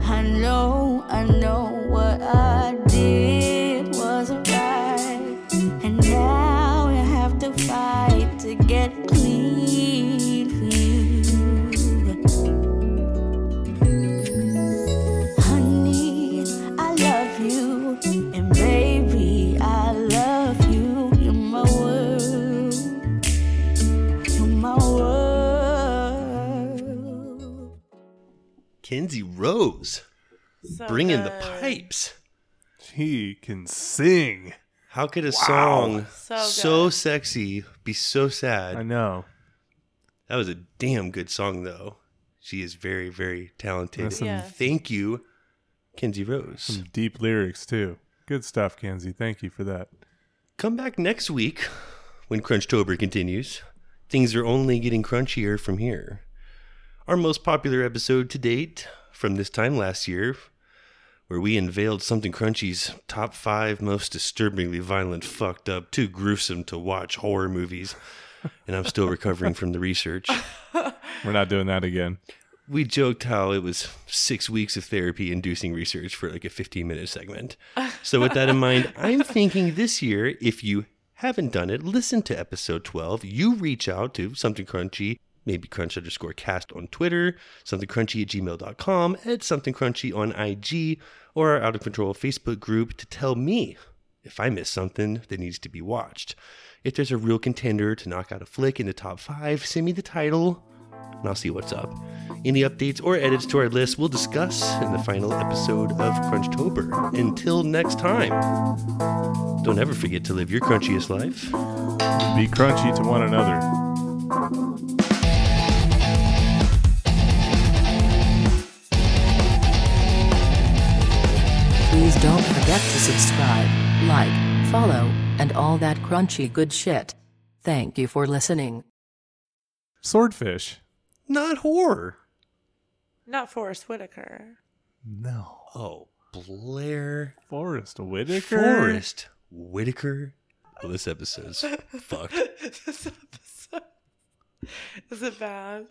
S8: I know, I know what I did wasn't right. And now you have to fight to get clean for you. Honey, I love you. And baby, I love you. You're my world. You're my world.
S3: Kinsey Rose
S4: So
S3: bringing the
S4: good.
S3: pipes.
S7: He can sing.
S3: How could a song
S4: So
S3: so,
S4: good.
S3: sexy be so sad?
S7: I know.
S3: That was a damn good song, though. She is very, very talented.
S7: That's some-
S4: Yeah.
S3: Thank you, Kinsey Rose.
S5: Hmm.
S7: Some deep lyrics too. Good stuff, Kenzie. Thank you for that.
S3: Come back next week when Crunchtober continues. Things are only getting crunchier from here. Our most popular episode to date from this time last year, where we unveiled Something Crunchy's top five most disturbingly violent, fucked up, too gruesome to watch horror movies. And I'm still recovering from the research.
S7: We're not doing that again.
S3: we joked how it was six weeks of therapy inducing research for like a 15 minute segment. So, with that in mind, I'm thinking this year, if you haven't done it, listen to episode 12. You reach out to Something Crunchy maybe crunch underscore cast on Twitter, somethingcrunchy at gmail.com, at somethingcrunchy on IG, or our out of control Facebook group to tell me if I miss something that needs to be watched. If there's a real contender to knock out a flick in the top five, send me the title and I'll see what's up. Any updates or edits to our list we'll discuss in the final episode of Crunchtober. Until next time, don't ever forget to live your crunchiest life.
S7: Be crunchy to one another.
S9: Please don't forget to subscribe, like, follow, and all that crunchy good shit. Thank you for listening.
S7: Swordfish.
S3: Not horror.
S4: Not Forrest Whitaker.
S7: No.
S3: Oh, Blair
S7: Forrest Whitaker.
S3: Forrest Whitaker. Well, this episode's fucked.
S4: this episode. Is it bad?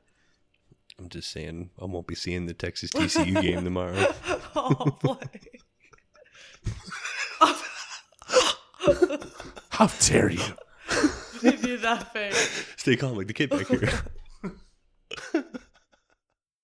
S3: I'm just saying, I won't be seeing the Texas TCU game tomorrow.
S4: Oh, Blake.
S7: How dare you?
S4: You did that thing.
S3: Stay calm, like the kid back here.